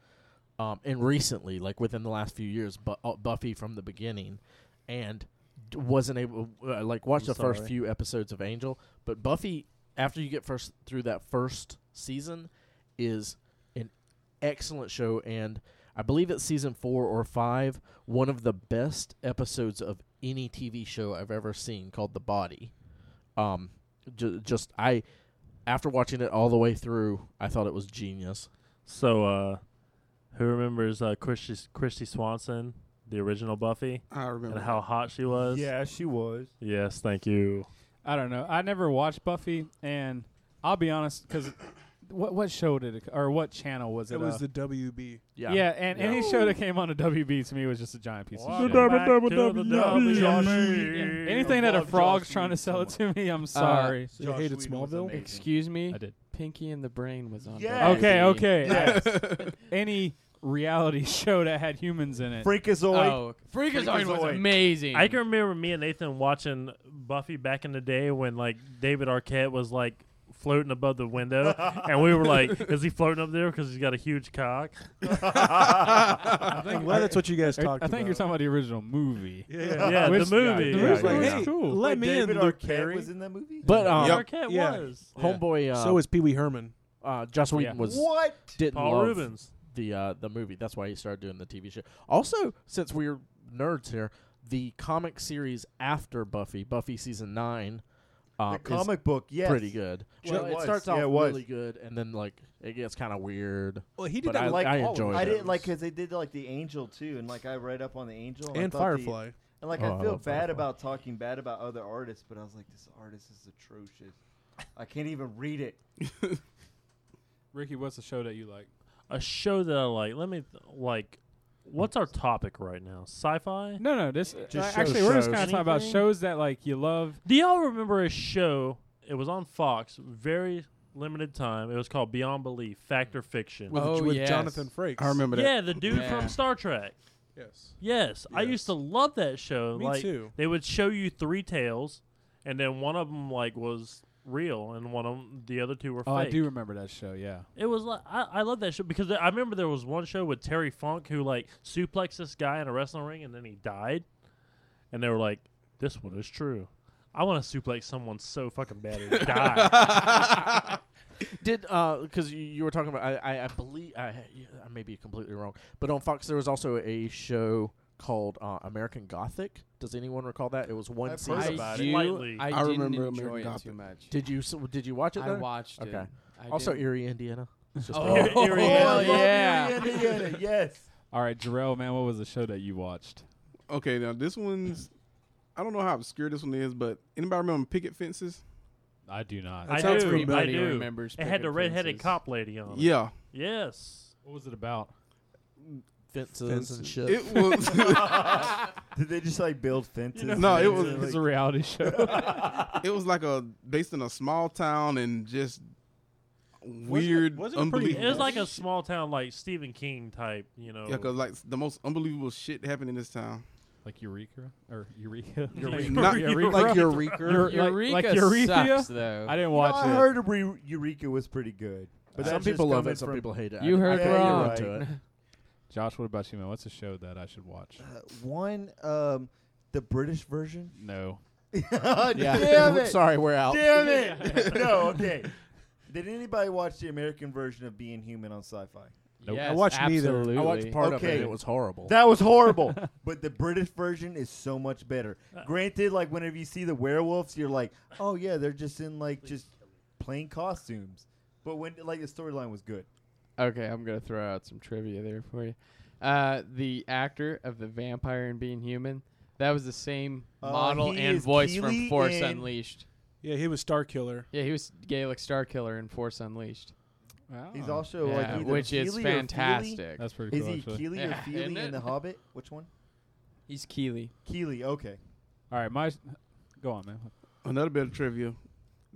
[SPEAKER 3] um, and recently, like within the last few years, Bu- uh, Buffy from the beginning, and d- wasn't able uh, like watched
[SPEAKER 6] I'm
[SPEAKER 3] the first
[SPEAKER 6] sorry.
[SPEAKER 3] few episodes of Angel, but Buffy after you get first through that first season is an excellent show and. I believe it's season four or five. One of the best episodes of any TV show I've ever seen called The Body. Um, ju- just I, after watching it all the way through, I thought it was genius.
[SPEAKER 6] So, uh, who remembers uh, Christy, Christy Swanson, the original Buffy,
[SPEAKER 8] I remember.
[SPEAKER 6] and how hot she was?
[SPEAKER 9] Yeah, she was.
[SPEAKER 6] Yes, thank you.
[SPEAKER 2] I don't know. I never watched Buffy, and I'll be honest, because what what show did it or what channel was it?
[SPEAKER 5] It was
[SPEAKER 2] uh,
[SPEAKER 5] the WB.
[SPEAKER 2] yeah, and any show that came on the WB to me was just a giant piece of
[SPEAKER 6] Welcome
[SPEAKER 2] shit.
[SPEAKER 6] back to the WWE.
[SPEAKER 2] Anything that a frog's trying to sell it to me, I'm sorry.
[SPEAKER 5] So you hated Smallville?
[SPEAKER 7] Excuse me.
[SPEAKER 2] Uh, I did.
[SPEAKER 7] Pinky and the Brain was on.
[SPEAKER 9] Yeah.
[SPEAKER 7] that
[SPEAKER 2] Okay,
[SPEAKER 7] movie.
[SPEAKER 2] okay. any reality show that had humans in it.
[SPEAKER 9] Freakazoid.
[SPEAKER 7] Oh, Freakazoid was
[SPEAKER 9] Freakazoid.
[SPEAKER 7] amazing.
[SPEAKER 6] I can remember me and Nathan watching Buffy back in the day when like David Arquette was like floating above the window, and we were like, "Is he floating up there because he's got a huge cock?"
[SPEAKER 2] Oh.
[SPEAKER 5] I think well, that's what you guys
[SPEAKER 2] I think
[SPEAKER 5] talked about.
[SPEAKER 2] you're talking about the original movie.
[SPEAKER 5] Yeah.
[SPEAKER 6] Yeah,
[SPEAKER 2] Which-
[SPEAKER 6] the movie.
[SPEAKER 2] The
[SPEAKER 5] The
[SPEAKER 2] Yeah,
[SPEAKER 5] movie's
[SPEAKER 2] yeah,
[SPEAKER 5] like,
[SPEAKER 2] yeah.
[SPEAKER 5] hey,
[SPEAKER 2] Cool.
[SPEAKER 5] let
[SPEAKER 4] Like
[SPEAKER 5] me
[SPEAKER 4] David
[SPEAKER 5] in, Luke
[SPEAKER 4] Arquette
[SPEAKER 5] Perry.
[SPEAKER 4] was in that movie.
[SPEAKER 3] But um,
[SPEAKER 8] Yep.
[SPEAKER 6] Arquette
[SPEAKER 5] Yeah.
[SPEAKER 6] was
[SPEAKER 3] homeboy, uh,
[SPEAKER 5] so was Pee Wee Herman.
[SPEAKER 3] uh, Joss Whedon
[SPEAKER 2] Yeah.
[SPEAKER 3] was
[SPEAKER 4] what?
[SPEAKER 3] didn't
[SPEAKER 6] Paul
[SPEAKER 3] love
[SPEAKER 6] Rubens.
[SPEAKER 3] the uh, the movie. That's why he started doing the TV show. Also, since we're nerds here, the comic series after Buffy, Buffy season nine, uh,
[SPEAKER 4] The
[SPEAKER 3] is
[SPEAKER 4] comic book, yes.
[SPEAKER 3] pretty good.
[SPEAKER 4] Well,
[SPEAKER 3] Ju-
[SPEAKER 4] it
[SPEAKER 3] it,
[SPEAKER 4] was.
[SPEAKER 3] starts
[SPEAKER 4] Yeah,
[SPEAKER 3] off
[SPEAKER 4] it was.
[SPEAKER 3] really good, and then like it gets kind of weird.
[SPEAKER 5] Well, he
[SPEAKER 3] did
[SPEAKER 5] did
[SPEAKER 3] But that
[SPEAKER 5] that.
[SPEAKER 3] I- like I all of enjoyed
[SPEAKER 4] oh, I
[SPEAKER 3] it.
[SPEAKER 4] didn't like because they did like the Angel too, and like I read up on the Angel and, I
[SPEAKER 5] and
[SPEAKER 4] thought the-
[SPEAKER 5] Firefly.
[SPEAKER 4] and like
[SPEAKER 3] Oh, I
[SPEAKER 4] I feel
[SPEAKER 3] love
[SPEAKER 4] bad
[SPEAKER 3] Firefly.
[SPEAKER 4] about talking bad about other artists, but I was like, this artist is atrocious. I can't even read it.
[SPEAKER 2] Ricky, what's the show that you like?
[SPEAKER 6] A show that I like. Let me th- like. What's our topic right now? Sci-fi.
[SPEAKER 2] No, no. This uh,
[SPEAKER 3] Just
[SPEAKER 2] actually,
[SPEAKER 3] shows.
[SPEAKER 2] we're just kind of talking about
[SPEAKER 6] Anything?
[SPEAKER 2] shows that like you love.
[SPEAKER 6] Do y'all remember a show? It was on Fox, very limited time. It was called Beyond Belief, Fact or Fiction.
[SPEAKER 5] With,
[SPEAKER 7] Oh,
[SPEAKER 5] with
[SPEAKER 7] yes.
[SPEAKER 5] Jonathan Frakes.
[SPEAKER 8] I remember that.
[SPEAKER 6] yeah, the dude
[SPEAKER 7] Yeah.
[SPEAKER 6] from Star Trek.
[SPEAKER 5] Yes.
[SPEAKER 6] Yes, I
[SPEAKER 5] Yes.
[SPEAKER 6] used to love that show.
[SPEAKER 5] Me
[SPEAKER 6] like,
[SPEAKER 5] too.
[SPEAKER 6] They would show you three tales, and then one of them like was real, and one of 'em- the other two were
[SPEAKER 2] Oh,
[SPEAKER 6] fake.
[SPEAKER 2] I do remember that show. Yeah.
[SPEAKER 6] It was like I, I love that show because I remember there was one show with Terry Funk who like suplexed this guy in a wrestling ring, and then he died, and they were like, "This one is true." I want to suplex someone so fucking bad they die.
[SPEAKER 3] Did because you, you were talking about? I I, I believe I, I may be completely wrong, but on Fox there was also a show called uh, American Gothic. Does anyone recall that? It was one
[SPEAKER 4] I've
[SPEAKER 3] season.
[SPEAKER 4] heard
[SPEAKER 7] I
[SPEAKER 4] about
[SPEAKER 6] it.
[SPEAKER 7] do.
[SPEAKER 6] Lightly.
[SPEAKER 7] I,
[SPEAKER 8] I
[SPEAKER 7] didn't
[SPEAKER 8] remember
[SPEAKER 7] enjoy
[SPEAKER 8] American
[SPEAKER 7] it
[SPEAKER 8] Gothic.
[SPEAKER 7] too much.
[SPEAKER 3] Did you s- did you watch it?
[SPEAKER 7] I
[SPEAKER 3] though?
[SPEAKER 7] watched it.
[SPEAKER 3] Okay.
[SPEAKER 7] I
[SPEAKER 3] Also,
[SPEAKER 7] didn't-
[SPEAKER 3] Erie, Indiana. It's just
[SPEAKER 6] Oh.
[SPEAKER 3] Erie.
[SPEAKER 6] Erie,
[SPEAKER 7] Oh, hell
[SPEAKER 6] Indiana.
[SPEAKER 7] yeah.
[SPEAKER 4] Indiana, yes.
[SPEAKER 2] All right, Jarrell, man, what was the show that you watched?
[SPEAKER 8] Okay, now this one's. I don't know how obscure this one is, but anybody remember picket fences?
[SPEAKER 2] I do not.
[SPEAKER 6] I
[SPEAKER 5] sounds
[SPEAKER 6] do. I
[SPEAKER 7] Everybody
[SPEAKER 6] do.
[SPEAKER 7] remembers.
[SPEAKER 6] It had the
[SPEAKER 7] Picket
[SPEAKER 6] redheaded
[SPEAKER 7] Fences.
[SPEAKER 6] cop lady on it.
[SPEAKER 8] Yeah,
[SPEAKER 6] Yes.
[SPEAKER 2] What was it about?
[SPEAKER 3] Fences, and
[SPEAKER 5] Fences.
[SPEAKER 3] shit.
[SPEAKER 8] it was.
[SPEAKER 4] Did they just like build fences?
[SPEAKER 8] no, it was.
[SPEAKER 2] It's a reality show.
[SPEAKER 8] It was like a based in a small town and just weird,
[SPEAKER 5] wasn't it pretty-
[SPEAKER 8] unbelievable.
[SPEAKER 6] It was like a small town, like Stephen King type, you know.
[SPEAKER 8] yeah, cause like the most unbelievable shit happened in this town.
[SPEAKER 2] like Eureka or Eureka?
[SPEAKER 6] Eureka.
[SPEAKER 8] Not-
[SPEAKER 2] Eureka.
[SPEAKER 8] like
[SPEAKER 2] Eure-
[SPEAKER 8] Eureka.
[SPEAKER 2] like-
[SPEAKER 7] Eureka
[SPEAKER 2] like Eureka?
[SPEAKER 7] sucks, though.
[SPEAKER 2] I didn't watch
[SPEAKER 4] I
[SPEAKER 2] it.
[SPEAKER 4] heard Re- Eureka was pretty good, but
[SPEAKER 3] some
[SPEAKER 4] that's just
[SPEAKER 3] people love
[SPEAKER 4] coming
[SPEAKER 3] it. Some
[SPEAKER 4] from-
[SPEAKER 3] people hate it. I
[SPEAKER 7] You
[SPEAKER 3] d- I
[SPEAKER 7] heard
[SPEAKER 3] can't get
[SPEAKER 4] wrong.
[SPEAKER 3] into it.
[SPEAKER 2] Josh, what about you, man? What's a show that I should watch?
[SPEAKER 4] Uh, one, um, the British version.
[SPEAKER 2] No.
[SPEAKER 4] yeah.
[SPEAKER 3] Yeah. Sorry, we're
[SPEAKER 7] Oh.
[SPEAKER 3] out.
[SPEAKER 4] Damn it! no, okay. Did anybody watch the American version of Being Human on Sci-Fi?
[SPEAKER 2] Nope. I
[SPEAKER 7] Yes,
[SPEAKER 5] watched neither. I
[SPEAKER 7] absolutely.
[SPEAKER 3] I watched part of it.
[SPEAKER 4] Okay.
[SPEAKER 3] and It was horrible.
[SPEAKER 4] That was horrible. but the British version is so much better. Granted, like whenever you see the werewolves, you're like, oh yeah, they're just in like just plain costumes. But when like the storyline was good.
[SPEAKER 7] Okay, I'm gonna throw out some trivia there for you. Uh, the actor of the vampire and being human, that was the same
[SPEAKER 4] Uh,
[SPEAKER 7] model
[SPEAKER 4] he
[SPEAKER 7] and
[SPEAKER 4] is
[SPEAKER 7] voice
[SPEAKER 4] Keeley
[SPEAKER 7] from Force
[SPEAKER 4] in-
[SPEAKER 7] Unleashed.
[SPEAKER 5] Yeah, he was Star Killer.
[SPEAKER 7] Yeah, he was Gaelic Star Killer in Force Unleashed.
[SPEAKER 4] He's also Oh, like
[SPEAKER 7] Yeah,
[SPEAKER 4] either
[SPEAKER 7] which is
[SPEAKER 4] Keely or Feely.
[SPEAKER 7] fantastic.
[SPEAKER 2] That's pretty
[SPEAKER 4] Is
[SPEAKER 2] cool,
[SPEAKER 4] he
[SPEAKER 2] actually.
[SPEAKER 4] Keely or
[SPEAKER 7] Yeah,
[SPEAKER 4] Feely
[SPEAKER 7] isn't
[SPEAKER 4] in The
[SPEAKER 7] it?
[SPEAKER 4] Hobbit? Which one?
[SPEAKER 7] He's Keeley.
[SPEAKER 4] Keely. Okay.
[SPEAKER 2] All right, my. Go on, man.
[SPEAKER 8] Another bit of trivia.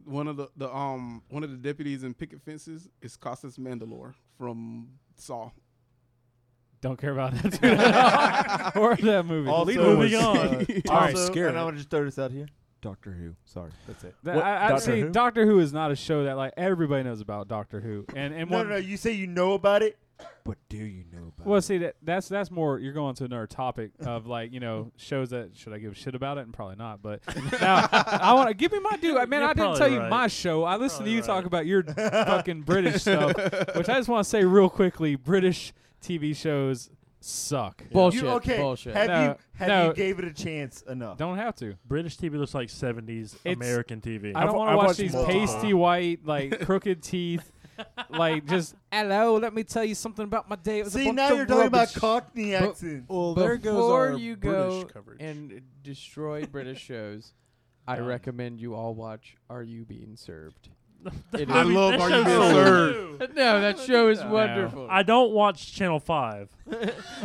[SPEAKER 8] One of the, the um one of the deputies in picket fences is Costas Mandalore from Saw.
[SPEAKER 2] Don't care about that dude at all. or that movie.
[SPEAKER 4] Also,
[SPEAKER 6] moving
[SPEAKER 4] was,
[SPEAKER 6] on.
[SPEAKER 4] Uh,
[SPEAKER 5] All right,
[SPEAKER 4] also,
[SPEAKER 5] scary.
[SPEAKER 4] and I want to just throw this out here. Doctor Who. Sorry, that's it.
[SPEAKER 2] That,
[SPEAKER 3] What-
[SPEAKER 2] I, I
[SPEAKER 3] Doctor
[SPEAKER 2] see.
[SPEAKER 3] Who?
[SPEAKER 2] Doctor Who is not a show that like everybody knows about Doctor Who, and and
[SPEAKER 4] No,
[SPEAKER 2] one,
[SPEAKER 4] no, no. You say you know about it, but do you know about
[SPEAKER 2] well,
[SPEAKER 4] it?
[SPEAKER 2] see that that's that's more you're going to another topic of like you know shows that should I give a shit about it and probably not, but now I want to give me my due. I- Man,
[SPEAKER 6] You're
[SPEAKER 2] I didn't
[SPEAKER 6] probably
[SPEAKER 2] tell you
[SPEAKER 6] right.
[SPEAKER 2] my show. I listened to
[SPEAKER 6] probably
[SPEAKER 2] you
[SPEAKER 6] right.
[SPEAKER 2] talk about your fucking British stuff, which I just want to say real quickly: British TV shows suck.
[SPEAKER 7] Bullshit.
[SPEAKER 4] You, okay,
[SPEAKER 7] Bullshit.
[SPEAKER 4] have
[SPEAKER 2] No,
[SPEAKER 4] you have
[SPEAKER 2] no.
[SPEAKER 4] you gave it a chance enough?
[SPEAKER 2] Don't have to.
[SPEAKER 6] British TV looks like 70s
[SPEAKER 2] It's-
[SPEAKER 6] American TV.
[SPEAKER 2] I don't want
[SPEAKER 3] I've
[SPEAKER 2] to watch
[SPEAKER 3] watched
[SPEAKER 2] these
[SPEAKER 4] multiple.
[SPEAKER 2] pasty white, like crooked teeth, like just hello. Let me tell you something about my day. It was a
[SPEAKER 4] See,
[SPEAKER 2] bunch
[SPEAKER 4] now
[SPEAKER 2] of
[SPEAKER 4] you're talking about
[SPEAKER 2] rubbish." Oh,
[SPEAKER 4] Cockney
[SPEAKER 7] But-
[SPEAKER 4] accent.
[SPEAKER 5] Well, there goes
[SPEAKER 7] Before
[SPEAKER 5] our
[SPEAKER 7] you
[SPEAKER 5] British
[SPEAKER 7] go
[SPEAKER 5] coverage.
[SPEAKER 7] and destroy British shows, I
[SPEAKER 2] Done.
[SPEAKER 7] recommend you all watch Are You Being Served? It
[SPEAKER 8] I
[SPEAKER 7] is-
[SPEAKER 8] love
[SPEAKER 6] That
[SPEAKER 8] Are
[SPEAKER 6] show's
[SPEAKER 8] You Being
[SPEAKER 6] so
[SPEAKER 8] Served?
[SPEAKER 6] new.
[SPEAKER 7] No, that show is wonderful.
[SPEAKER 6] I don't watch Channel 5.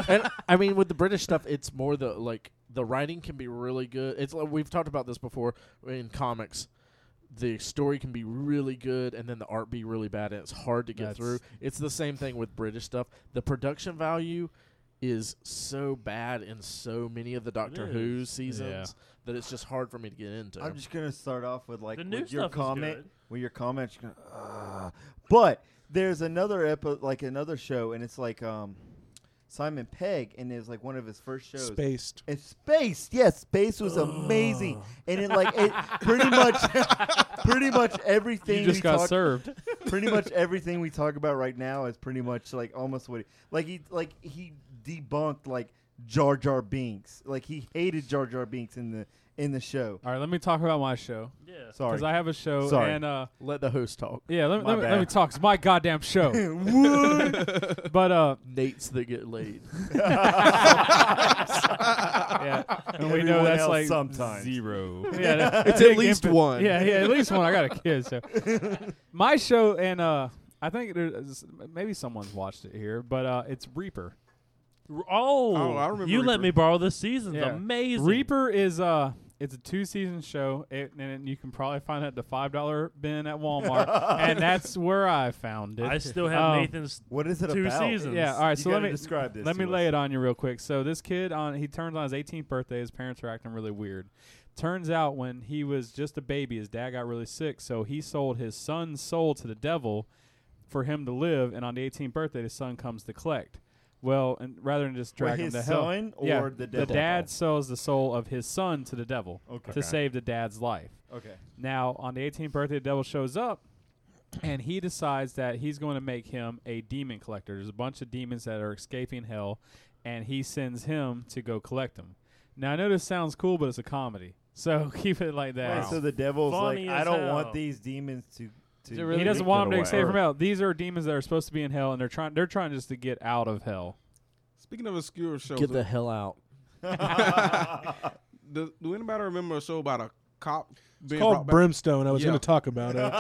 [SPEAKER 3] and I mean, with the British stuff, it's more the like the writing can be really good. It's like we've talked about this before in comics. The story can be really good, and then the art be really bad, and it's hard to get
[SPEAKER 2] That's-
[SPEAKER 3] through. It's the same thing with British stuff. The production value is so bad in so many of the Doctor Who
[SPEAKER 6] is.
[SPEAKER 3] seasons that it's just hard for me to get into.
[SPEAKER 4] I'm just gonna start off with like
[SPEAKER 6] The new
[SPEAKER 4] with your
[SPEAKER 6] stuff is
[SPEAKER 4] comment.
[SPEAKER 6] good.
[SPEAKER 4] With your comment, you're gonna, uh, but there's another epi- like another show, and it's like um, Simon Pegg, and it's like one of his first shows.
[SPEAKER 5] Spaced.
[SPEAKER 4] And space, yes, space was amazing, and it like it pretty much, pretty much everything
[SPEAKER 2] You just
[SPEAKER 4] we
[SPEAKER 2] got
[SPEAKER 4] talked-
[SPEAKER 2] served.
[SPEAKER 4] pretty much everything we talk about right now is pretty much like almost what he like he like he debunked like Jar Jar Binks. Like he hated Jar Jar Binks in the in the show.
[SPEAKER 2] All right, let me talk about my show
[SPEAKER 6] Yeah.
[SPEAKER 4] Sorry.
[SPEAKER 2] because I have a show
[SPEAKER 4] Sorry.
[SPEAKER 2] and uh,
[SPEAKER 3] Let the host talk.
[SPEAKER 2] yeah. Let, me-
[SPEAKER 4] My
[SPEAKER 2] let, me, let
[SPEAKER 4] bad.
[SPEAKER 2] me talk. It's my goddamn show. but uh,
[SPEAKER 3] Nate's that get laid.
[SPEAKER 2] yeah, and we know
[SPEAKER 4] Everyone
[SPEAKER 2] that's
[SPEAKER 4] else
[SPEAKER 2] like
[SPEAKER 4] sometimes.
[SPEAKER 2] zero. Yeah, that-
[SPEAKER 8] It's
[SPEAKER 2] big
[SPEAKER 8] at least
[SPEAKER 2] infant-
[SPEAKER 8] one.
[SPEAKER 2] Yeah, yeah, at least one. I got a kid, so my show and uh, I think there's maybe someone's watched it here, but uh, it's Reaper.
[SPEAKER 6] Oh,
[SPEAKER 8] Oh, I remember
[SPEAKER 6] you let
[SPEAKER 8] Reaper.
[SPEAKER 6] me borrow this season's
[SPEAKER 2] Yeah.
[SPEAKER 6] amazing.
[SPEAKER 2] Reaper is uh it's a two season show it, and you can probably find it at the five dollar bin at Walmart and that's where I found it.
[SPEAKER 6] I still have
[SPEAKER 2] Um,
[SPEAKER 6] Nathan's
[SPEAKER 4] What is it
[SPEAKER 6] two
[SPEAKER 4] about?
[SPEAKER 6] seasons.
[SPEAKER 2] yeah, all right.
[SPEAKER 4] You
[SPEAKER 2] so let
[SPEAKER 4] gotta
[SPEAKER 2] me
[SPEAKER 4] describe this
[SPEAKER 2] Let
[SPEAKER 4] to
[SPEAKER 2] me
[SPEAKER 4] us.
[SPEAKER 2] lay it on you real quick. So this kid on he turns on his 18th birthday. His parents are acting really weird. Turns out when he was just a baby, his dad got really sick, so he sold his son's soul to the devil for him to live. And on the 18th birthday, the son comes to collect. Well, and rather than just
[SPEAKER 4] Wait,
[SPEAKER 2] drag him
[SPEAKER 4] his
[SPEAKER 2] to hell,
[SPEAKER 4] son or
[SPEAKER 2] yeah,
[SPEAKER 4] the devil?
[SPEAKER 2] dad sells the soul of his son to the devil
[SPEAKER 4] Okay.
[SPEAKER 2] to
[SPEAKER 4] Okay.
[SPEAKER 2] save the dad's life.
[SPEAKER 4] Okay.
[SPEAKER 2] Now, on the 18th birthday, the devil shows up, and he decides that he's going to make him a demon collector. There's a bunch of demons that are escaping hell, and he sends him to go collect them. Now, I know this sounds cool, but it's a comedy, so keep it like that.
[SPEAKER 4] Wait, so the devil's
[SPEAKER 6] Funny
[SPEAKER 4] like, I
[SPEAKER 6] as
[SPEAKER 4] don't
[SPEAKER 6] hell.
[SPEAKER 4] want these demons to. to
[SPEAKER 7] it really
[SPEAKER 2] he
[SPEAKER 7] Get
[SPEAKER 2] doesn't want him to
[SPEAKER 4] away.
[SPEAKER 2] escape from hell. These are demons that are supposed to be in hell, and they're trying. They're trying just to get out of hell.
[SPEAKER 8] Speaking of obscure shows, uh,
[SPEAKER 3] Get the hell out.
[SPEAKER 8] do, do anybody remember a show about a cop?
[SPEAKER 5] It's
[SPEAKER 8] being
[SPEAKER 5] called
[SPEAKER 8] brought back-
[SPEAKER 5] Brimstone. I was
[SPEAKER 8] Yeah.
[SPEAKER 5] going to talk about it.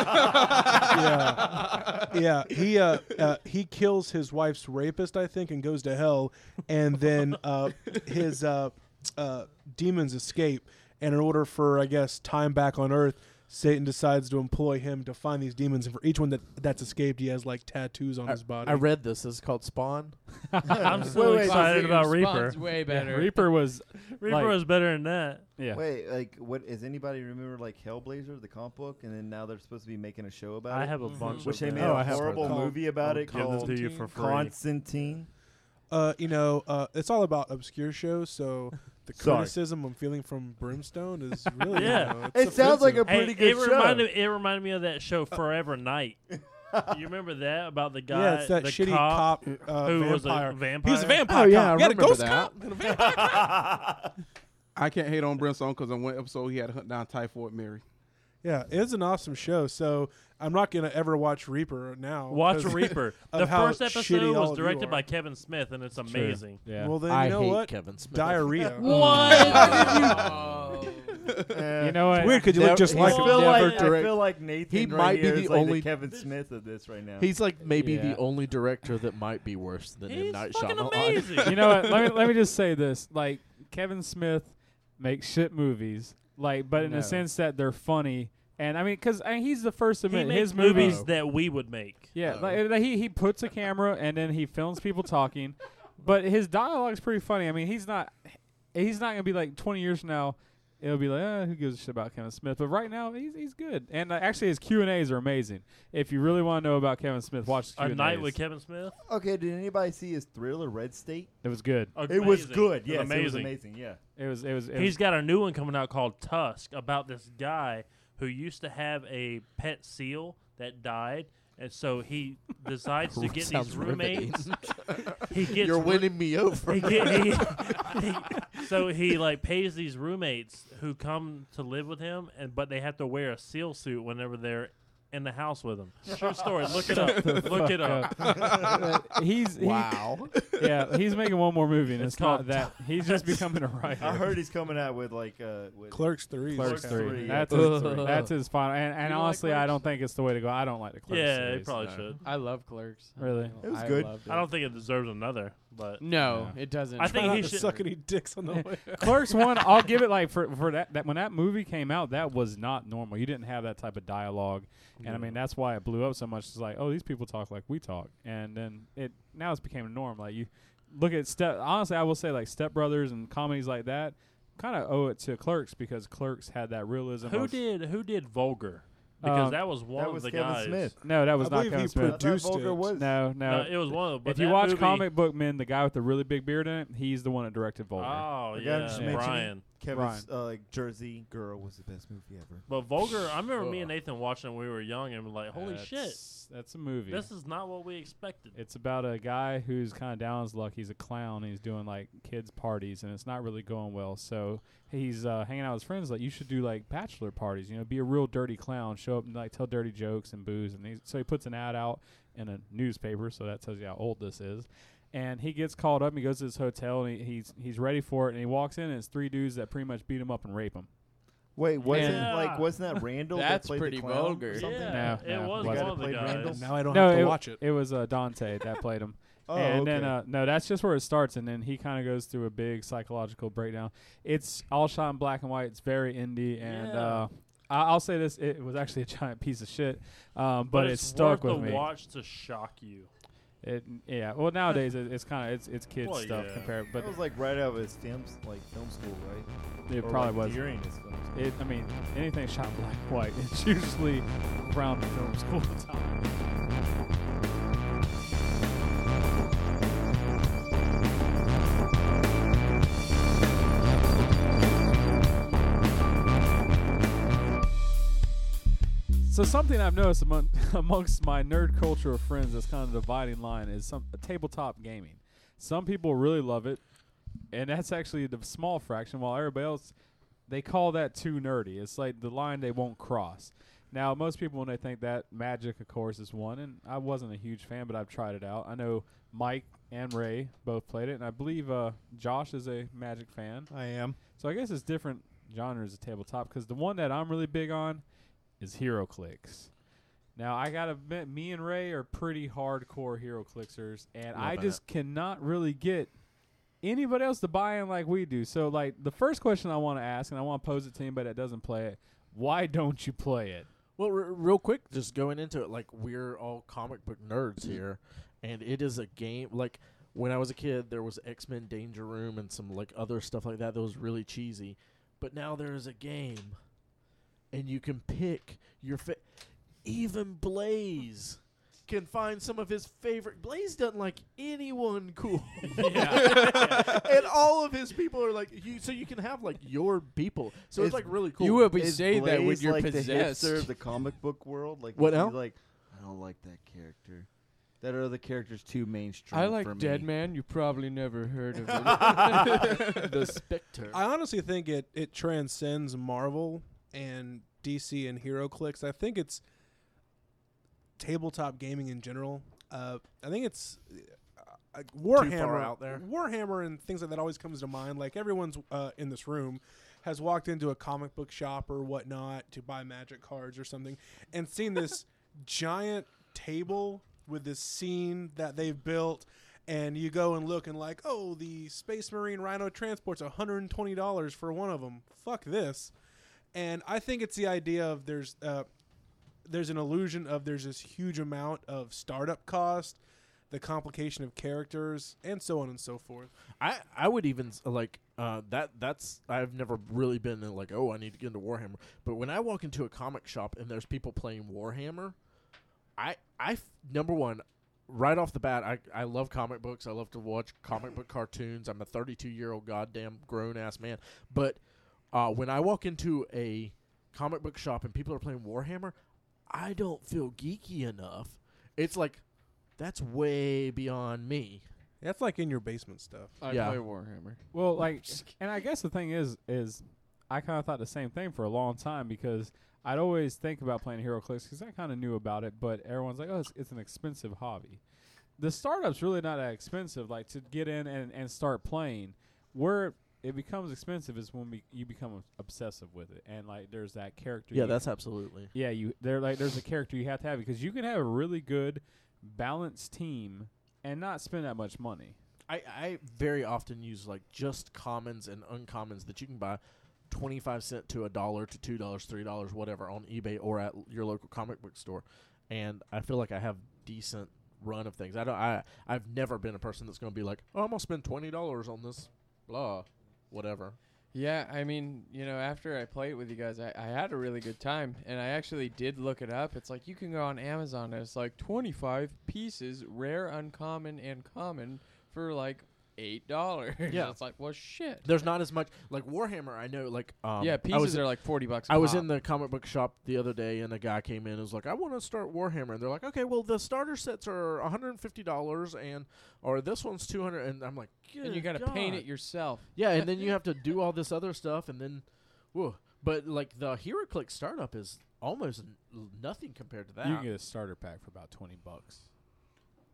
[SPEAKER 5] yeah, yeah. He uh, uh, he kills his wife's rapist, I think, and goes to hell. And then uh, his uh, uh, demons escape. And in order for, I guess, time back on Earth, Satan decides to employ him to find these demons. And for each one that that's escaped, he has like tattoos on his body.
[SPEAKER 3] I read this. It's called Spawn.
[SPEAKER 6] I'm so
[SPEAKER 4] wait,
[SPEAKER 6] excited about Reaper.
[SPEAKER 7] Spawn's way better.
[SPEAKER 2] Reaper was,
[SPEAKER 6] Reaper
[SPEAKER 2] like-
[SPEAKER 6] is better than that.
[SPEAKER 2] yeah.
[SPEAKER 4] Wait, like, what is anybody remember like Hellblazer, the comp book, and then now they're supposed to be making a show about
[SPEAKER 6] I
[SPEAKER 4] it,
[SPEAKER 6] have a bunch
[SPEAKER 4] which they
[SPEAKER 6] of
[SPEAKER 4] made
[SPEAKER 6] them.
[SPEAKER 2] Oh, I
[SPEAKER 4] a
[SPEAKER 2] have Oh, heard
[SPEAKER 4] horrible
[SPEAKER 2] that.
[SPEAKER 4] movie about it
[SPEAKER 6] Give them
[SPEAKER 4] called
[SPEAKER 6] to you for free.
[SPEAKER 4] Constantine.
[SPEAKER 5] uh, you know, uh, it's all about obscure shows. So the
[SPEAKER 4] Sorry.
[SPEAKER 5] criticism I'm feeling from Brimstone is really,
[SPEAKER 6] Yeah.
[SPEAKER 5] you know, it's
[SPEAKER 4] It sounds like a
[SPEAKER 5] offensive.
[SPEAKER 6] Hey,
[SPEAKER 4] pretty good
[SPEAKER 6] it
[SPEAKER 4] show.
[SPEAKER 6] reminded it reminded me of that show Forever Night. you remember that about the guy?
[SPEAKER 5] yeah, it's that
[SPEAKER 6] the
[SPEAKER 5] shitty
[SPEAKER 6] cop,
[SPEAKER 5] cop, uh,
[SPEAKER 6] who
[SPEAKER 5] vampire. Oh,
[SPEAKER 6] was a vampire.
[SPEAKER 5] He was a vampire. cop. He had a ghost cop.
[SPEAKER 8] I can't hate on Brimstone because on one episode he had to hunt down Typhoid Mary.
[SPEAKER 5] Yeah, it's an awesome show. So I'm not gonna ever watch Reaper now.
[SPEAKER 6] Watch
[SPEAKER 5] 'cause
[SPEAKER 6] Reaper.
[SPEAKER 5] of
[SPEAKER 6] The
[SPEAKER 5] how
[SPEAKER 6] first
[SPEAKER 5] shitty
[SPEAKER 6] episode
[SPEAKER 5] all
[SPEAKER 6] was
[SPEAKER 5] of you are.
[SPEAKER 6] directed by Kevin Smith, and it's amazing.
[SPEAKER 2] Yeah.
[SPEAKER 5] Well, then
[SPEAKER 3] I
[SPEAKER 5] you know
[SPEAKER 3] hate
[SPEAKER 5] what?
[SPEAKER 3] Kevin Smith.
[SPEAKER 5] Diarrhea.
[SPEAKER 7] What?
[SPEAKER 2] you know what?
[SPEAKER 5] Weird, 'cause you look just
[SPEAKER 4] I
[SPEAKER 5] like
[SPEAKER 6] he's
[SPEAKER 5] him.
[SPEAKER 6] still
[SPEAKER 4] feel
[SPEAKER 6] never
[SPEAKER 4] like I
[SPEAKER 3] direct-
[SPEAKER 4] feel like Nathan.
[SPEAKER 3] He
[SPEAKER 4] right
[SPEAKER 3] might be
[SPEAKER 4] here
[SPEAKER 3] the
[SPEAKER 4] is like
[SPEAKER 3] only-
[SPEAKER 4] Kevin Smith of this right now.
[SPEAKER 3] He's like maybe
[SPEAKER 2] Yeah.
[SPEAKER 3] the only director that might be worse than M.
[SPEAKER 6] He's
[SPEAKER 3] Night
[SPEAKER 6] fucking
[SPEAKER 3] Shyamalan.
[SPEAKER 6] amazing.
[SPEAKER 2] you know what? Let me let me just say this: like Kevin Smith makes shit movies, like, but in
[SPEAKER 7] No.
[SPEAKER 2] a sense that they're funny. And I mean, because I mean, he's the first to
[SPEAKER 6] he
[SPEAKER 2] admit
[SPEAKER 6] makes
[SPEAKER 2] his
[SPEAKER 6] movies
[SPEAKER 2] movies.
[SPEAKER 6] that we would make.
[SPEAKER 2] Yeah, like, uh, he he puts a camera and then he films people talking, but his dialogue's pretty funny. I mean, he's not he's not gonna be like twenty years from now. It'll be like, eh, who gives a shit about Kevin Smith? But right now, he's he's good, and uh, actually, his Q and A's are amazing. If you really want to know about Kevin Smith, watch the Q
[SPEAKER 6] A
[SPEAKER 2] and
[SPEAKER 6] night with Kevin Smith.
[SPEAKER 4] okay, did anybody see his thriller Red State?
[SPEAKER 2] It was good.
[SPEAKER 4] It was
[SPEAKER 6] Amazing.
[SPEAKER 4] good. Yes,
[SPEAKER 6] amazing.
[SPEAKER 4] it was amazing. Yeah.
[SPEAKER 2] It was it was. It
[SPEAKER 6] He's
[SPEAKER 2] was
[SPEAKER 6] got a new one coming out called Tusk about this guy who used to have a pet seal that died, and so he decides to get
[SPEAKER 7] Sounds
[SPEAKER 6] these
[SPEAKER 7] riveting.
[SPEAKER 6] roommates. he gets
[SPEAKER 3] You're
[SPEAKER 6] ru-
[SPEAKER 3] winning me over.
[SPEAKER 6] he get, he, he- so he like pays these roommates who come to live with him, and but they have to wear a seal suit whenever they're in the house with him. True story. Look it up. Look it up.
[SPEAKER 2] he's he-
[SPEAKER 3] wow.
[SPEAKER 2] yeah, he's making one more movie, and it's,
[SPEAKER 6] It's
[SPEAKER 2] not
[SPEAKER 6] called-
[SPEAKER 2] that. He's just becoming a writer.
[SPEAKER 4] I heard he's coming out with like uh, with
[SPEAKER 5] Clerks three. is
[SPEAKER 2] Clerks
[SPEAKER 4] Clerks
[SPEAKER 5] kinda-
[SPEAKER 2] three.
[SPEAKER 4] three, yeah.
[SPEAKER 2] That's
[SPEAKER 7] Clerks
[SPEAKER 2] his,
[SPEAKER 7] three.
[SPEAKER 2] that's his final. And, and
[SPEAKER 7] You like
[SPEAKER 2] honestly, I
[SPEAKER 7] Clerks?
[SPEAKER 2] don't think it's the way to go. I don't like the Clerks.
[SPEAKER 6] yeah,
[SPEAKER 2] series.
[SPEAKER 6] it probably should.
[SPEAKER 7] I love Clerks.
[SPEAKER 2] No. Really?
[SPEAKER 4] It was
[SPEAKER 7] I
[SPEAKER 4] good.
[SPEAKER 7] loved it.
[SPEAKER 6] I don't think it deserves another, but
[SPEAKER 7] No,
[SPEAKER 2] Yeah.
[SPEAKER 7] it doesn't.
[SPEAKER 6] I
[SPEAKER 5] Try
[SPEAKER 6] think
[SPEAKER 5] not
[SPEAKER 6] he
[SPEAKER 5] to
[SPEAKER 6] should-
[SPEAKER 5] suck any dicks on the way.
[SPEAKER 2] Clerks one, I'll give it like for for that, that when that movie came out, that was not normal. You didn't have that type of dialogue, and I mean that's why it blew up so much. It's like, oh, these people talk like we talk, and then it now it's became a norm. Like you look at step. Honestly, I will say like Step Brothers and comedies like that kind of owe it to Clerks because Clerks had that realism.
[SPEAKER 6] who
[SPEAKER 2] of-
[SPEAKER 6] did who did vulgar? Because
[SPEAKER 2] Um,
[SPEAKER 6] that was one
[SPEAKER 4] that
[SPEAKER 6] of
[SPEAKER 4] was
[SPEAKER 6] the
[SPEAKER 4] Kevin
[SPEAKER 6] guys.
[SPEAKER 4] Smith.
[SPEAKER 2] No, that was
[SPEAKER 5] I
[SPEAKER 2] not
[SPEAKER 5] believe
[SPEAKER 2] Kevin
[SPEAKER 5] he
[SPEAKER 2] Smith.
[SPEAKER 4] I thought
[SPEAKER 5] Produced
[SPEAKER 4] Volker
[SPEAKER 5] it.
[SPEAKER 4] was
[SPEAKER 2] No,
[SPEAKER 6] No,
[SPEAKER 2] no.
[SPEAKER 6] it was one of. But
[SPEAKER 2] if you
[SPEAKER 6] that
[SPEAKER 2] watch
[SPEAKER 6] movie,
[SPEAKER 2] comic book men, the guy with the really big beard in it, he's the one that directed Vulgar.
[SPEAKER 6] oh
[SPEAKER 4] The guy I'm
[SPEAKER 6] yeah,
[SPEAKER 4] just mentioning.
[SPEAKER 6] Brian.
[SPEAKER 4] Kevin's uh, like Jersey Girl was the best movie ever.
[SPEAKER 6] But vulgar, I remember me and Nathan watching when we were young, and we're like, "Holy shit,
[SPEAKER 2] That's- That's a movie.
[SPEAKER 6] this is not what we expected."
[SPEAKER 2] It's about a guy who's kind of down on his luck. He's a clown. And he's doing like kids parties, and it's not really going well. So he's uh, hanging out with his friends. Like you should do like bachelor parties. You know, be a real dirty clown. Show up and like tell dirty jokes and booze. And he's, so he puts an ad out in a newspaper. So that tells you how old this is. And he gets called up. And he goes to his hotel, and he, he's he's ready for it. And he walks in, and it's three dudes that pretty much beat him up and rape him.
[SPEAKER 4] Wait, wasn't
[SPEAKER 6] Yeah.
[SPEAKER 4] like wasn't that Randall?
[SPEAKER 7] That's
[SPEAKER 4] that played
[SPEAKER 7] pretty
[SPEAKER 4] the clown or
[SPEAKER 7] vulgar.
[SPEAKER 4] Something?
[SPEAKER 6] Yeah,
[SPEAKER 2] No,
[SPEAKER 6] it
[SPEAKER 2] no.
[SPEAKER 6] was
[SPEAKER 2] The
[SPEAKER 6] one
[SPEAKER 2] guy
[SPEAKER 4] that
[SPEAKER 6] of the
[SPEAKER 4] played
[SPEAKER 6] guys.
[SPEAKER 4] Randall?
[SPEAKER 5] Now I don't
[SPEAKER 2] no,
[SPEAKER 5] have to
[SPEAKER 2] it,
[SPEAKER 5] watch it.
[SPEAKER 2] it was uh, Dante that played him.
[SPEAKER 4] Oh,
[SPEAKER 2] and then
[SPEAKER 4] okay.
[SPEAKER 2] uh, no, that's just where it starts, and then he kind of goes through a big psychological breakdown. It's all shot in black and white. It's very indie, and
[SPEAKER 6] Yeah.
[SPEAKER 2] uh, I- I'll say this: it was actually a giant piece of shit, um, but,
[SPEAKER 6] but
[SPEAKER 2] it
[SPEAKER 6] it's
[SPEAKER 2] stuck
[SPEAKER 6] worth
[SPEAKER 2] with
[SPEAKER 6] the
[SPEAKER 2] me.
[SPEAKER 6] watch to shock you.
[SPEAKER 2] It, yeah. Well, nowadays it, it's kind of it's it's kids
[SPEAKER 6] Well,
[SPEAKER 2] stuff
[SPEAKER 6] yeah.
[SPEAKER 2] compared, but
[SPEAKER 4] That was like right out of his film s- like film school, right?
[SPEAKER 2] it
[SPEAKER 4] Or,
[SPEAKER 2] probably
[SPEAKER 4] like,
[SPEAKER 2] was.
[SPEAKER 4] during his film school.
[SPEAKER 2] It, I mean, anything shot in black and white, it's usually around film school time. So something I've noticed among, amongst my nerd culture of friends that's kind of the dividing line is some tabletop gaming. Some people really love it, and that's actually the small fraction. While everybody else, they call that too nerdy. It's like the line they won't cross. Now, most people when they think that Magic, of course, is one, and I wasn't a huge fan, but I've tried it out. I know Mike and Ray both played it, and I believe uh, Josh is a Magic fan.
[SPEAKER 9] I am.
[SPEAKER 2] So I guess it's different genres of tabletop because the one that I'm really big on is Hero Clicks. Now I gotta admit, me and Ray are pretty hardcore Hero Clicksers, and I
[SPEAKER 3] that.
[SPEAKER 2] just cannot really get anybody else to buy in like we do. So like the first question I want to ask, and I want to pose it to anybody that doesn't play it: Why don't you play it?
[SPEAKER 3] Well, r- real quick, just going into it, like we're all comic book nerds here, and it is a game. Like when I was a kid, there was X Men Danger Room and some like other stuff like that that was really cheesy, but now there is a game, and you can pick your fa- even Blaze. Can find some of his favorite. Blaze doesn't like anyone cool, and all of his people are like you. So you can have like your people. So it's,
[SPEAKER 4] It's-
[SPEAKER 3] like really cool.
[SPEAKER 7] You would be
[SPEAKER 4] Is
[SPEAKER 7] saying that when
[SPEAKER 4] Blaze,
[SPEAKER 7] you're
[SPEAKER 4] like
[SPEAKER 7] possessed.
[SPEAKER 4] The hipster of the comic book world, like
[SPEAKER 3] What
[SPEAKER 4] is he
[SPEAKER 3] now?
[SPEAKER 4] Like I don't like that character. That other character's too mainstream.
[SPEAKER 7] I like
[SPEAKER 4] for me.
[SPEAKER 7] Dead Man. You probably never heard of him.
[SPEAKER 3] the Spectre.
[SPEAKER 5] I honestly think it it transcends Marvel and DC and HeroClix. I think it's tabletop gaming in general. Uh, I think it's uh, like Warhammer
[SPEAKER 3] out there.
[SPEAKER 5] Warhammer and things like that always comes to mind. Like everyone's uh, in this room has walked into a comic book shop or whatnot to buy Magic cards or something, and seen this giant table with this scene that they've built. And you go and look and like, oh, the Space Marine Rhino transports $120 for one of them. Fuck this. And I think it's the idea of there's uh, there's an illusion of there's this huge amount of startup cost, the complication of characters, and so on and so forth.
[SPEAKER 3] I I would even s- like uh, that. That's I've never really been in like oh I need to get into Warhammer. But when I walk into a comic shop and there's people playing Warhammer, I I f- number one right off the bat I I love comic books. I love to watch comic book cartoons. I'm a 32 year old goddamn grown ass man. But uh, when I walk into a comic book shop and people are playing Warhammer, I don't feel geeky enough It's like that's way beyond me.
[SPEAKER 5] That's like in your basement stuff.
[SPEAKER 7] I
[SPEAKER 3] Yeah.
[SPEAKER 7] play Warhammer.
[SPEAKER 2] Well, like, and I guess the thing is, is I kind of thought the same thing for a long time because I'd always think about playing Hero Clicks because I kind of knew about it, but everyone's like, oh, it's, it's an expensive hobby. The startup's really not that expensive. Like to get in and, and start playing, where it becomes expensive is when we, you become obsessive with it, and like there's that character.
[SPEAKER 3] Yeah,
[SPEAKER 2] you
[SPEAKER 3] that's absolutely.
[SPEAKER 2] Yeah, you there like there's a character you have to have because you can have a really good balanced team and not spend that much money.
[SPEAKER 3] I, I very often use like just commons and uncommons that you can buy 25 cent to a dollar to two dollars three dollars whatever on ebay or at your local comic book store and i feel like i have decent run of things i don't i i've never been a person that's going to be like oh i'm going to spend 20 dollars on this blah whatever
[SPEAKER 7] Yeah, I mean, you know, after I played with you guys, I, I had a really good time, and I actually did look it up. It's like you can go on Amazon, and it's like twenty five pieces, rare, uncommon, and common for like eight dollars.
[SPEAKER 3] Yeah.
[SPEAKER 7] it's like well, shit.
[SPEAKER 3] there's not as much like warhammer i know like um
[SPEAKER 7] yeah,
[SPEAKER 3] I was
[SPEAKER 7] pieces are like forty bucks. I
[SPEAKER 3] I was in the comic book shop the other day, and a guy came in and was like, "I want to start Warhammer." And they're like, "Okay, well, the starter sets are one hundred and fifty dollars, and or this one's two hundred. And I'm like,
[SPEAKER 7] and you got to
[SPEAKER 3] "Good
[SPEAKER 7] paint
[SPEAKER 3] Oh,
[SPEAKER 7] it
[SPEAKER 3] God."
[SPEAKER 7] yourself.
[SPEAKER 3] yeah." And then you have to do all this other stuff, and then, whoa. But like the HeroClick startup is almost n- nothing compared to that.
[SPEAKER 2] You can get a starter pack for about twenty bucks.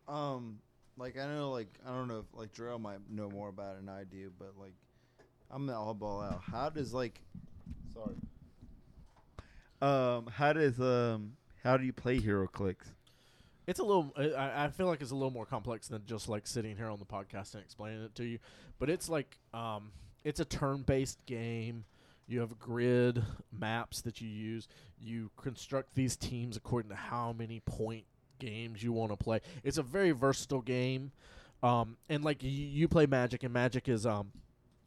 [SPEAKER 4] Um, like I know, like I don't know if like Jarrell might know more about an idea, but like I'm gonna all ball out. How does like, sorry. Um, how does um, how do you play Hero Clicks?
[SPEAKER 3] it's a little I- I, I feel like it's a little more complex than just like sitting here on the podcast and explaining it to you but it's like um, it's a turn-based game you have grid maps that you use you construct these teams according to how many point games you want to play it's a very versatile game um, and like you, you play magic and magic is um,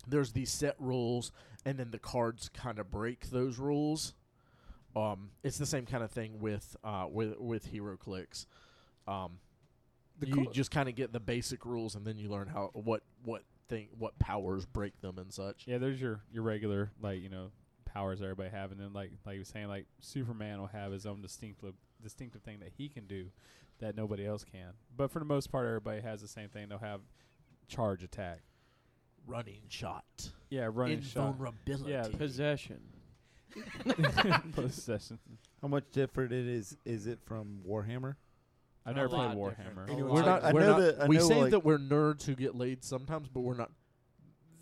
[SPEAKER 3] there's these set rules and then the cards kind of break those rules um, it's the same kind of thing with uh, with with hero clicks um,
[SPEAKER 2] The
[SPEAKER 3] you
[SPEAKER 2] cool-
[SPEAKER 3] just kind of get the basic rules, and then you learn how what what thing what powers break them and such.
[SPEAKER 2] Yeah, there's your your regular like you know powers everybody have, and then like like you were saying, like Superman will have his own distinctive distinctive thing that he can do that nobody else can. But for the most part, everybody has the same thing. They'll have charge attack.
[SPEAKER 3] Running shot,
[SPEAKER 2] Yeah, running shot.
[SPEAKER 3] invulnerability.
[SPEAKER 2] Yeah,
[SPEAKER 7] Possession.
[SPEAKER 2] Possession.
[SPEAKER 4] How much different it is? Is it from Warhammer?
[SPEAKER 2] I've
[SPEAKER 7] A
[SPEAKER 2] never played
[SPEAKER 7] lot
[SPEAKER 2] Warhammer.
[SPEAKER 7] different.
[SPEAKER 3] we're not.
[SPEAKER 4] I
[SPEAKER 3] we're
[SPEAKER 4] know
[SPEAKER 3] not-
[SPEAKER 4] that- I
[SPEAKER 3] we
[SPEAKER 4] know,
[SPEAKER 3] say
[SPEAKER 4] like-
[SPEAKER 3] that we're nerds who get laid sometimes, but we're not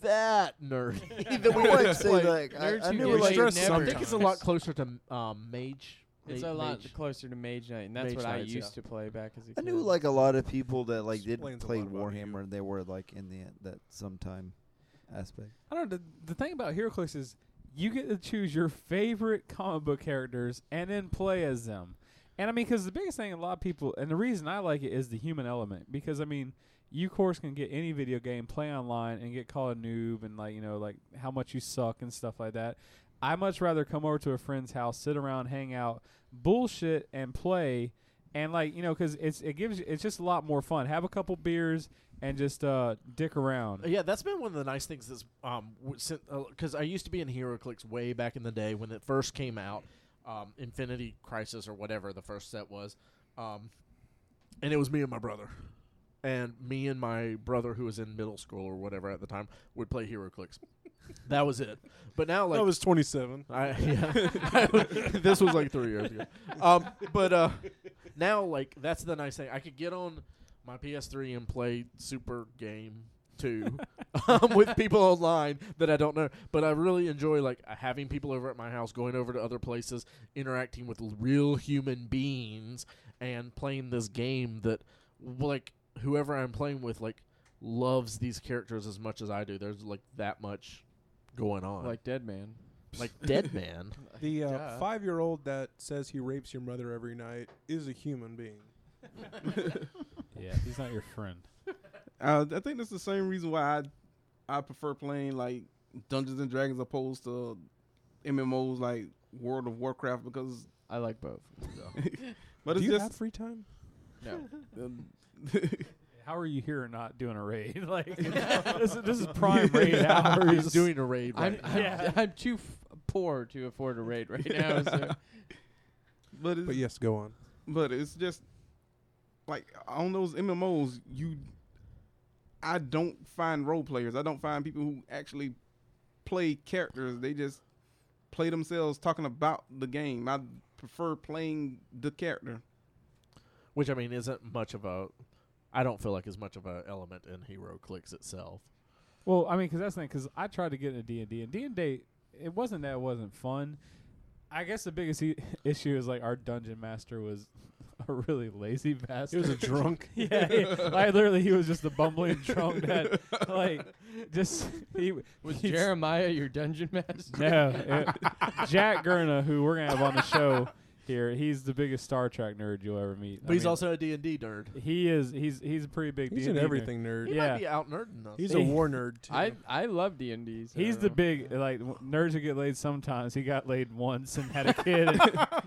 [SPEAKER 3] that nerdy. that
[SPEAKER 4] I
[SPEAKER 3] we like
[SPEAKER 4] wanted to say,
[SPEAKER 3] play.
[SPEAKER 4] like, I,
[SPEAKER 7] Nerds
[SPEAKER 4] I
[SPEAKER 7] who
[SPEAKER 4] knew
[SPEAKER 7] get
[SPEAKER 4] like
[SPEAKER 7] laid
[SPEAKER 3] So I
[SPEAKER 7] never.
[SPEAKER 3] think it's a lot closer to um, mage.
[SPEAKER 7] It's a
[SPEAKER 3] ma-
[SPEAKER 7] lot
[SPEAKER 3] mage.
[SPEAKER 7] closer to Mage Knight, and that's
[SPEAKER 3] Mage
[SPEAKER 7] what I
[SPEAKER 3] Knights, yeah.
[SPEAKER 7] used to play back as a kid.
[SPEAKER 4] I knew like a lot of people that like didn't
[SPEAKER 5] Explains a
[SPEAKER 4] play
[SPEAKER 5] lot about you.
[SPEAKER 4] Warhammer. and They were like in the that sometime aspect.
[SPEAKER 2] I don't know. The, the thing about HeroClix is you get to choose your favorite comic book characters and then play as them. And I mean, because the biggest thing a lot of people, and the reason I like it is the human element. Because I mean, you of course can get any video game, play online, and get called a noob and like you know like how much you suck and stuff like that. I much rather come over to a friend's house, sit around, hang out, bullshit, and play. And like you know, because it's it gives you, it's just a lot more fun. Have a couple beers and just uh, dick around.
[SPEAKER 3] Yeah, that's been one of the nice things that's um because I used to be in HeroClix way back in the day when it first came out, um, Infinity Crisis or whatever the first set was, um, and it was me and my brother, and me and my brother who was in middle school or whatever at the time would play HeroClix. that was it. But now like
[SPEAKER 5] I was 27.
[SPEAKER 3] I, yeah. this was like three years ago. Um, but uh, now, like, that's the nice thing. I could get on my PS3 and play Super Game 2 um, with people online that I don't know. But I really enjoy, like, having people over at my house, going over to other places, interacting with l- real human beings, and playing this game that, w- like, whoever I'm playing with, like, loves these characters as much as I do. There's, like, that much going on
[SPEAKER 7] like Dead Man.
[SPEAKER 3] like dead man.
[SPEAKER 5] The uh,
[SPEAKER 7] Duh.
[SPEAKER 5] five year old that says he rapes your mother every night is a human being.
[SPEAKER 2] Yeah, he's not your friend.
[SPEAKER 8] Uh, I think that's the same reason why I I prefer playing like Dungeons and Dragons opposed to MMOs like World of Warcraft because.
[SPEAKER 7] I like both.
[SPEAKER 8] But
[SPEAKER 5] Do
[SPEAKER 8] it's
[SPEAKER 5] you
[SPEAKER 8] just
[SPEAKER 5] have free time?
[SPEAKER 7] No.
[SPEAKER 3] Um,
[SPEAKER 2] How are you here and not doing a raid? Like this, is, this is prime raid hours.
[SPEAKER 3] He's doing a raid.
[SPEAKER 7] I'm,
[SPEAKER 3] Right
[SPEAKER 7] I'm,
[SPEAKER 2] Yeah.
[SPEAKER 7] I'm too f- poor to afford a raid right now. So.
[SPEAKER 8] but it's,
[SPEAKER 5] But yes, go on.
[SPEAKER 8] but it's just like on those MMOs, you I don't find role players. I don't find people who actually play characters. They just play themselves talking about the game. I prefer playing the character.
[SPEAKER 3] which I mean isn't much of a. I don't feel like as much of a element in Hero Clicks itself.
[SPEAKER 2] Well, I mean, because that's the thing. Because I tried to get into D and D, and D and D, it wasn't that it wasn't fun. I guess the biggest e- issue is like our dungeon master was a really lazy bastard.
[SPEAKER 5] was a drunk.
[SPEAKER 2] yeah, he- like literally, he was just a bumbling drunk that, like, just he
[SPEAKER 7] Was
[SPEAKER 2] he'd-
[SPEAKER 7] Jeremiah your dungeon master?
[SPEAKER 2] No, it- Jack Gurna, who we're gonna have on the show here, he's the biggest Star Trek nerd you'll ever meet.
[SPEAKER 3] But he's also a D and D nerd.
[SPEAKER 2] he is he's he's a pretty big
[SPEAKER 5] He's
[SPEAKER 2] D&D
[SPEAKER 5] an
[SPEAKER 2] nerd.
[SPEAKER 5] everything nerd.
[SPEAKER 3] He
[SPEAKER 2] Yeah.
[SPEAKER 3] might be out nerding us.
[SPEAKER 5] He's a war nerd. Too.
[SPEAKER 7] I I love D and D.
[SPEAKER 2] He's the big like w- nerds who get laid sometimes. He got laid once and had a kid.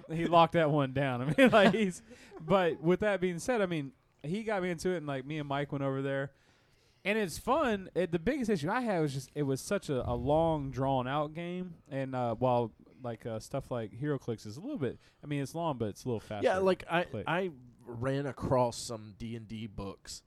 [SPEAKER 2] and he locked that one down. I mean, like he's. But with that being said, I mean, he got me into it, and like me and Mike went over there, and it's fun. It, the biggest issue I had was just it was such a, a long, drawn out game, and uh, while like uh, stuff like Hero Clicks is a little bit. I mean, it's long, but it's a little faster.
[SPEAKER 3] yeah, like I
[SPEAKER 2] click.
[SPEAKER 3] I ran across some D and D books,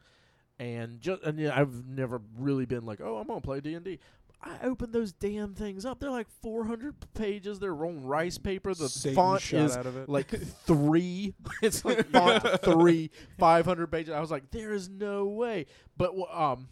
[SPEAKER 3] and just and yeah, I've never really been like, oh, I'm gonna play D and D. I opened those damn things up. They're like 400 pages. They're on rice paper. The
[SPEAKER 5] Satan
[SPEAKER 3] font
[SPEAKER 5] shot
[SPEAKER 3] is
[SPEAKER 5] out of it.
[SPEAKER 3] like three. It's like font three, 500 pages. I was like, there is no way. But wh- um,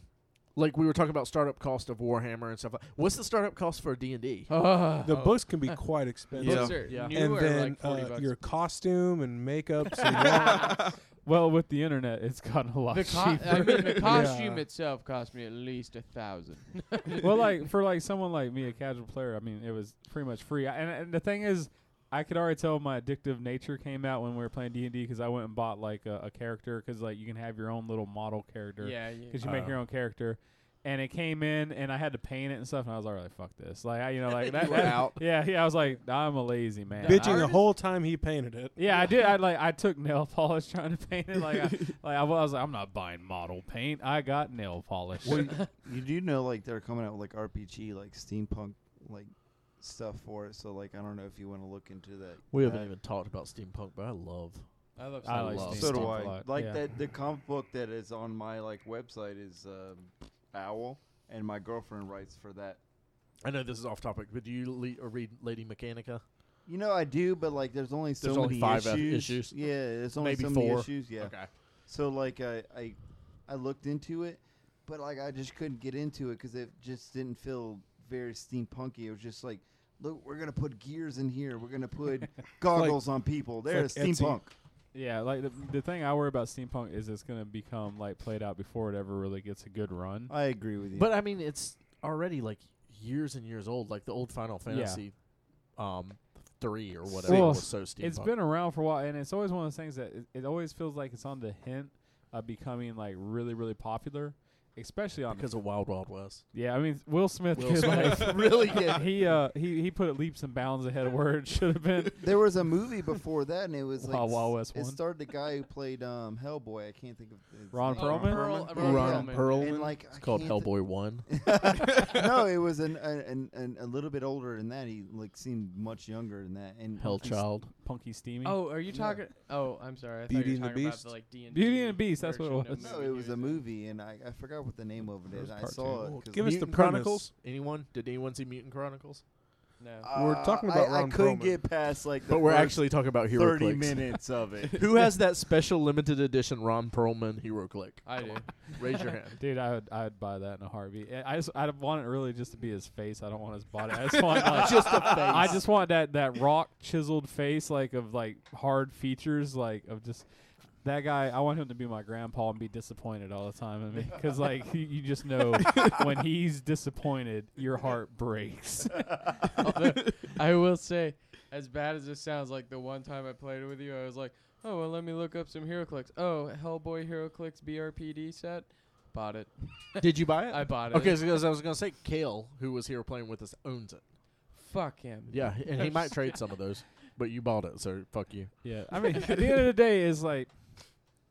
[SPEAKER 3] like we were talking about startup cost of Warhammer and stuff. like What's the startup cost for D and D?
[SPEAKER 5] the books can be quite expensive.
[SPEAKER 3] Yeah.
[SPEAKER 7] Books are
[SPEAKER 3] Yeah.
[SPEAKER 7] new
[SPEAKER 5] And
[SPEAKER 7] or
[SPEAKER 5] then
[SPEAKER 7] like forty
[SPEAKER 5] uh,
[SPEAKER 7] bucks.
[SPEAKER 5] your costume and makeup. so that-
[SPEAKER 2] well, with the internet, it's gotten a lot
[SPEAKER 7] the co-
[SPEAKER 2] cheaper.
[SPEAKER 7] I mean, the costume
[SPEAKER 5] Yeah.
[SPEAKER 7] itself cost me at least a thousand.
[SPEAKER 2] well, like for like someone like me, a casual player, I mean, it was pretty much free. I, and, and the thing is, I could already tell my addictive nature came out when we were playing D and D because I went and bought like a, a character because like you can have your own little model character
[SPEAKER 7] yeah, yeah.
[SPEAKER 2] because you make your own character. And it came in, and I had to paint it and stuff, and I was like, "Really, fuck this!" Like, I, you know, like that.
[SPEAKER 3] were
[SPEAKER 2] that-
[SPEAKER 3] out.
[SPEAKER 2] Yeah, yeah. I was like, "I'm a lazy man." I-
[SPEAKER 5] bitching the whole time he painted it.
[SPEAKER 2] yeah, I did. I like I took nail polish trying to paint it. Like, I, like I was like, "I'm not buying model paint. I got nail polish."
[SPEAKER 4] You do know, like they're coming out with like RPG, like steampunk, like stuff for it. So like, I don't know if you want to look into that.
[SPEAKER 3] We
[SPEAKER 4] Uh,
[SPEAKER 3] haven't even talked about steampunk, but I love.
[SPEAKER 7] I love
[SPEAKER 2] I like
[SPEAKER 7] Star Wars.
[SPEAKER 4] So do
[SPEAKER 2] steampunk
[SPEAKER 4] I.
[SPEAKER 2] a lot,
[SPEAKER 4] Like
[SPEAKER 2] yeah.
[SPEAKER 4] that, the comic book that is on my like website is um, Owl, and my girlfriend writes for that.
[SPEAKER 3] I know this is off topic, but do you le- or read Lady Mechanica?
[SPEAKER 4] You know, I do, but like, there's only so
[SPEAKER 3] There's only
[SPEAKER 4] many
[SPEAKER 3] five eff-
[SPEAKER 4] issues.
[SPEAKER 3] issues.
[SPEAKER 4] Yeah, there's only
[SPEAKER 3] Maybe
[SPEAKER 4] so many
[SPEAKER 3] four.
[SPEAKER 4] issues. Yeah.
[SPEAKER 3] Okay.
[SPEAKER 4] So like, I, I I looked into it, but like, I just couldn't get into it because it just didn't feel very steampunky. It was just like. Look, we're gonna put gears in here. We're gonna put goggles on people. There's
[SPEAKER 5] like Etsy.
[SPEAKER 4] steampunk.
[SPEAKER 2] Yeah, like the, the thing I worry about steampunk is it's gonna become like played out before it ever really gets a good run.
[SPEAKER 4] I agree with you.
[SPEAKER 3] But I mean, it's already like years and years old. Like the old Final Fantasy, um, three or whatever
[SPEAKER 2] Well,
[SPEAKER 3] was so steampunk.
[SPEAKER 2] It's been around for a while, and it's always one of those things that it, it always feels like it's on the hint of becoming like really, really popular, especially on.
[SPEAKER 3] because of Wild Wild West.
[SPEAKER 2] yeah, I mean Will Smith.
[SPEAKER 3] Will
[SPEAKER 2] is
[SPEAKER 3] Smith.
[SPEAKER 2] like-
[SPEAKER 4] really good.
[SPEAKER 2] he uh he he put it leaps and bounds ahead of where it should have been.
[SPEAKER 4] There was a movie before that, and it was like
[SPEAKER 2] Wild Wild West
[SPEAKER 4] It
[SPEAKER 2] one.
[SPEAKER 4] starred the guy who played um, Hellboy. I can't think of his
[SPEAKER 2] Ron
[SPEAKER 4] name.
[SPEAKER 2] Perlman?
[SPEAKER 7] Oh, Pearl-
[SPEAKER 4] Yeah.
[SPEAKER 7] Ron
[SPEAKER 4] Yeah.
[SPEAKER 7] Perlman.
[SPEAKER 4] And like
[SPEAKER 3] It's called Hellboy One.
[SPEAKER 4] Hellboy. no, it was an, an, an, an a little bit older than that. He like seemed much younger than that. And
[SPEAKER 3] Hellchild.
[SPEAKER 2] Punky steamy.
[SPEAKER 7] Oh, are you
[SPEAKER 4] Yeah.
[SPEAKER 7] talking? Oh, I'm sorry. I thought
[SPEAKER 5] Beauty
[SPEAKER 7] you
[SPEAKER 5] and
[SPEAKER 7] were
[SPEAKER 5] the
[SPEAKER 7] talking about
[SPEAKER 5] Beast?
[SPEAKER 7] the, like D and
[SPEAKER 2] Beauty and the Beast, that's what it was.
[SPEAKER 4] No, it was a movie, and I, I forgot what the name of it
[SPEAKER 2] It
[SPEAKER 4] is.
[SPEAKER 2] was
[SPEAKER 4] I
[SPEAKER 2] cartoon.
[SPEAKER 4] saw it.
[SPEAKER 5] Well,
[SPEAKER 4] 'cause
[SPEAKER 5] give us the
[SPEAKER 4] Mutant-
[SPEAKER 5] premise.
[SPEAKER 3] Anyone? Did anyone see Mutant Chronicles?
[SPEAKER 7] No.
[SPEAKER 5] We're
[SPEAKER 4] Uh,
[SPEAKER 5] talking about
[SPEAKER 4] I, I
[SPEAKER 5] Ron
[SPEAKER 4] couldn't
[SPEAKER 5] Perlman.
[SPEAKER 4] get past like. The
[SPEAKER 3] But we're
[SPEAKER 4] first
[SPEAKER 3] actually talking about Hero
[SPEAKER 4] thirty
[SPEAKER 3] Clicks.
[SPEAKER 4] minutes of it.
[SPEAKER 3] Who has that special limited edition Ron Perlman Hero Click?
[SPEAKER 7] I do.
[SPEAKER 3] Raise your hand.
[SPEAKER 2] Dude, I would I'd buy that in a heartbeat. I I just I want it really just to be his face. I don't want his body. I just want like,
[SPEAKER 3] Just a face.
[SPEAKER 2] I just want that that rock chiseled face, like of like hard features, like of just that guy. I want him to be my grandpa and be disappointed all the time in me, because like you, you just know when he's disappointed, your heart breaks.
[SPEAKER 7] Although, I will say, as bad as this sounds, like the one time I played with you, I was like, oh, well, let me look up some Hero Clicks. Oh, Hellboy Hero Clicks BRPD set. Bought it.
[SPEAKER 3] Did you buy it?
[SPEAKER 7] I bought it.
[SPEAKER 3] okay, because I was gonna say Kale, who was here playing with us, owns it.
[SPEAKER 7] Fuck him.
[SPEAKER 3] Yeah, and he might trade some of those, but you bought it, so fuck you.
[SPEAKER 2] yeah, I mean, at the end of the day, is like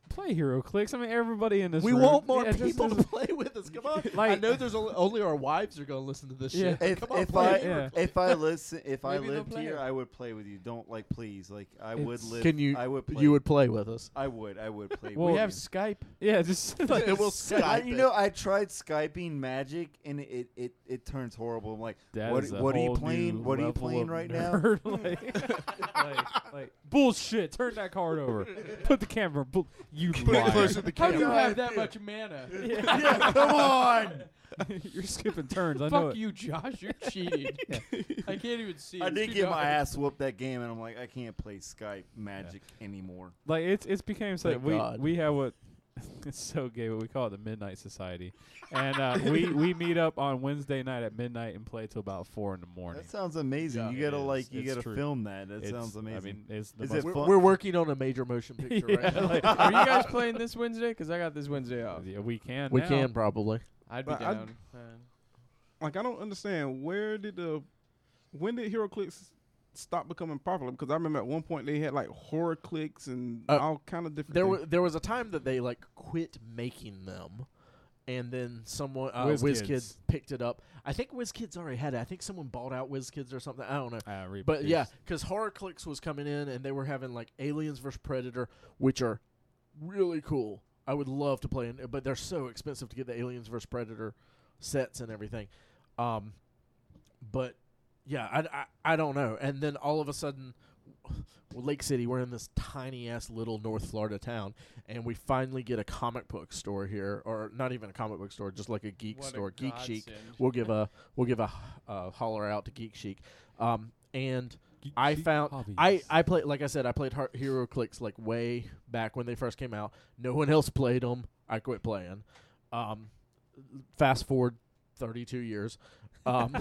[SPEAKER 2] play Hero Clicks. I mean, everybody in this
[SPEAKER 3] We
[SPEAKER 2] room-
[SPEAKER 3] want more
[SPEAKER 2] Yeah, just-
[SPEAKER 3] people to
[SPEAKER 2] just-
[SPEAKER 3] play with us. Come on. I
[SPEAKER 2] Like-
[SPEAKER 3] know there's only, only our wives are going to listen to this
[SPEAKER 2] Yeah.
[SPEAKER 3] shit.
[SPEAKER 4] If,
[SPEAKER 3] Come on,
[SPEAKER 4] if
[SPEAKER 3] play
[SPEAKER 4] I
[SPEAKER 3] it.
[SPEAKER 2] Yeah.
[SPEAKER 4] if I listen if I
[SPEAKER 7] Maybe they'll
[SPEAKER 4] lived
[SPEAKER 7] play
[SPEAKER 4] here,
[SPEAKER 7] it.
[SPEAKER 4] I would play with you. Don't like please like I would
[SPEAKER 2] It's-
[SPEAKER 4] live.
[SPEAKER 3] Can you?
[SPEAKER 4] I would. Play.
[SPEAKER 3] You would play with us.
[SPEAKER 4] I would. I would play.
[SPEAKER 2] Well,
[SPEAKER 4] with
[SPEAKER 7] we have
[SPEAKER 4] you.
[SPEAKER 7] Skype.
[SPEAKER 2] yeah, just like
[SPEAKER 3] It will
[SPEAKER 4] I,
[SPEAKER 3] Skype
[SPEAKER 4] you
[SPEAKER 3] it.
[SPEAKER 4] know, I tried skyping Magic, and it it, it turns horrible. I'm like,
[SPEAKER 2] That
[SPEAKER 4] what
[SPEAKER 2] is a
[SPEAKER 4] what are you
[SPEAKER 2] whole new
[SPEAKER 4] playing? What are you
[SPEAKER 2] level
[SPEAKER 4] playing
[SPEAKER 2] of
[SPEAKER 4] right now?
[SPEAKER 2] nerd. like, like, like, bullshit. Turn that card over. Put the camera. Bull- you
[SPEAKER 5] Put it
[SPEAKER 2] liar.
[SPEAKER 5] closer to the
[SPEAKER 7] How do
[SPEAKER 5] camera.
[SPEAKER 7] you have that much mana?
[SPEAKER 4] yeah, come on!
[SPEAKER 2] You're skipping turns. I know
[SPEAKER 7] Fuck
[SPEAKER 2] it.
[SPEAKER 7] you, Josh. You're cheating. I can't even see.
[SPEAKER 4] I
[SPEAKER 7] It's
[SPEAKER 4] did
[SPEAKER 7] too
[SPEAKER 4] get my
[SPEAKER 7] dark.
[SPEAKER 4] ass whooped that game, and I'm like, I can't play Skype Magic anymore.
[SPEAKER 2] Like it's it's became so
[SPEAKER 3] Thank
[SPEAKER 2] we
[SPEAKER 3] God.
[SPEAKER 2] we have what it's so gay, but we call it the Midnight Society, and uh, we we meet up on Wednesday night at midnight and play till about four in the morning.
[SPEAKER 4] That sounds amazing.
[SPEAKER 3] Yeah,
[SPEAKER 4] you gotta
[SPEAKER 2] it is.
[SPEAKER 4] like, you
[SPEAKER 2] It's
[SPEAKER 4] gotta
[SPEAKER 2] true.
[SPEAKER 4] film that. That
[SPEAKER 2] It's-
[SPEAKER 4] sounds amazing.
[SPEAKER 2] I mean, it's the
[SPEAKER 4] Is
[SPEAKER 2] most
[SPEAKER 4] it
[SPEAKER 3] We're,
[SPEAKER 4] fun-
[SPEAKER 3] we're working on a major motion picture right
[SPEAKER 2] Yeah,
[SPEAKER 3] now.
[SPEAKER 2] like,
[SPEAKER 7] Are you guys playing this Wednesday? Because I got this Wednesday off.
[SPEAKER 2] yeah, we can.
[SPEAKER 3] We
[SPEAKER 2] now.
[SPEAKER 3] can probably.
[SPEAKER 7] I'd be
[SPEAKER 8] But I-
[SPEAKER 7] down. man.
[SPEAKER 8] Like I don't understand where did the when did HeroClix stop becoming popular? Because I remember at one point they had like horror clicks and
[SPEAKER 3] Uh,
[SPEAKER 8] all kind of different.
[SPEAKER 3] There
[SPEAKER 8] things.
[SPEAKER 3] was there was a time that they like quit making them, and then someone uh,
[SPEAKER 2] WizKids.
[SPEAKER 3] WizKids picked it up. I think WizKids already had it. I think someone bought out WizKids or something. I don't know.
[SPEAKER 2] Uh, reproduce.
[SPEAKER 3] But yeah, because horror clicks was coming in, and they were having like Aliens vs Predator, which are really cool. I would love to play, in, but they're so expensive to get the Aliens vs Predator sets and everything. Um, but yeah, I, I I don't know. And then all of a sudden, well, Lake City, we're in this tiny ass little North Florida town, and we finally get a comic book store here, or not even a comic book store, just like a geek
[SPEAKER 7] What a
[SPEAKER 3] store, Geek Chic.
[SPEAKER 7] godsend.
[SPEAKER 3] We'll give a we'll give a uh, holler out to Geek Chic. Um, and
[SPEAKER 2] Geek
[SPEAKER 3] I
[SPEAKER 2] chic
[SPEAKER 3] found
[SPEAKER 2] hobbies.
[SPEAKER 3] I I played like I said I played Heart Hero Clicks like way back when they first came out. No one else played them. I quit playing. Um, fast forward thirty two years. Um,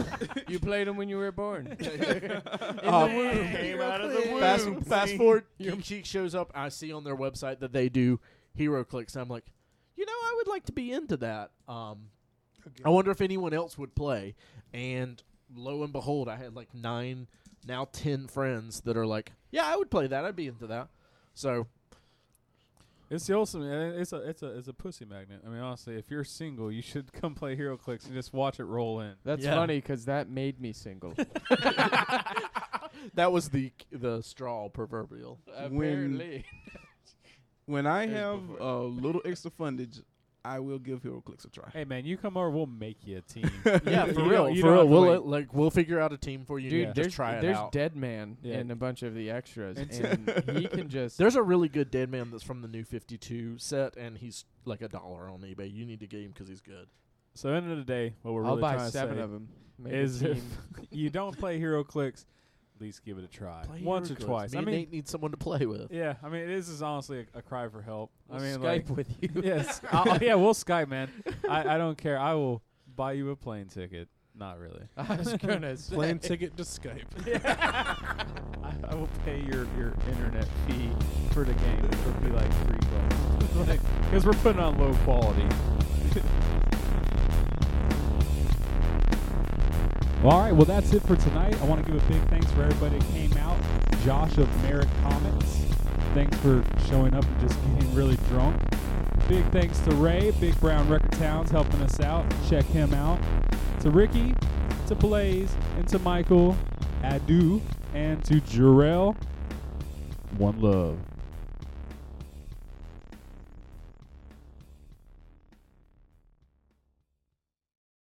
[SPEAKER 7] You played them when you were born.
[SPEAKER 3] um,
[SPEAKER 4] Came out of the
[SPEAKER 3] Fast,
[SPEAKER 4] womb.
[SPEAKER 3] fast
[SPEAKER 4] See?
[SPEAKER 3] forward, Geek Chic shows up. I see on their website that they do Hero Clicks. I'm like, you know, I would like to be into that. Um, I wonder if anyone else would play. And lo and behold, I had like nine, now ten friends that are like, yeah, I would play that. I'd be into that. So
[SPEAKER 2] it's the ultimate. uh, It's a it's a it's a pussy magnet. I mean, honestly, if you're single, you should come play Hero Clicks and just watch it roll in.
[SPEAKER 7] That's
[SPEAKER 3] Yeah.
[SPEAKER 7] funny because that made me single.
[SPEAKER 3] that was the the straw proverbial.
[SPEAKER 7] Apparently.
[SPEAKER 8] when I
[SPEAKER 7] It was
[SPEAKER 8] have
[SPEAKER 7] before.
[SPEAKER 8] a little extra fundage, I will give HeroClix a try.
[SPEAKER 2] Hey man, you come over, we'll make you a team.
[SPEAKER 3] Yeah,
[SPEAKER 2] You
[SPEAKER 3] for
[SPEAKER 2] don't-
[SPEAKER 3] real,
[SPEAKER 2] you
[SPEAKER 3] for
[SPEAKER 2] don't
[SPEAKER 3] real.
[SPEAKER 2] have to
[SPEAKER 3] We'll
[SPEAKER 2] wait.
[SPEAKER 3] uh, like we'll figure out a team for you.
[SPEAKER 7] Dude,
[SPEAKER 3] and
[SPEAKER 7] there's
[SPEAKER 3] just try it
[SPEAKER 7] there's
[SPEAKER 3] out.
[SPEAKER 7] Dead Man
[SPEAKER 2] Yeah.
[SPEAKER 7] and a bunch of the extras,
[SPEAKER 2] It's-
[SPEAKER 7] and he can just
[SPEAKER 3] There's a really good dead man that's from the new 52 set, and he's like a dollar on eBay. You need to get him because he's good.
[SPEAKER 2] So end of the day, what we're
[SPEAKER 7] I'll
[SPEAKER 2] really
[SPEAKER 7] buy
[SPEAKER 2] trying
[SPEAKER 7] seven
[SPEAKER 2] to say
[SPEAKER 7] of them.
[SPEAKER 2] is if you don't play Hero Clicks, at least give it a try once or twice.
[SPEAKER 3] Me
[SPEAKER 2] I
[SPEAKER 3] and
[SPEAKER 2] mean,
[SPEAKER 3] Nate need someone to play with.
[SPEAKER 2] yeah, I mean, this is honestly a, a cry for help. I mean,
[SPEAKER 7] Skype
[SPEAKER 2] like,
[SPEAKER 7] with you.
[SPEAKER 2] yes, I'll, yeah, we'll Skype, man. I, I don't care. I will buy you a plane ticket. Not really.
[SPEAKER 7] I was gonna say.
[SPEAKER 5] Plane ticket to Skype.
[SPEAKER 2] I, I will pay your, your internet fee for the game. It'll be like three bucks because we're putting on low quality. Well, all right, well, that's it for tonight. I want to give a big thanks for everybody that came out. Josh of Merrick Comics, thanks for showing up and just getting really drunk. Big thanks to Ray, Big Brown Record Towns, helping us out. Check him out. To Ricky, to Blaze, and to Michael, Adu, and to Jarrell. One love.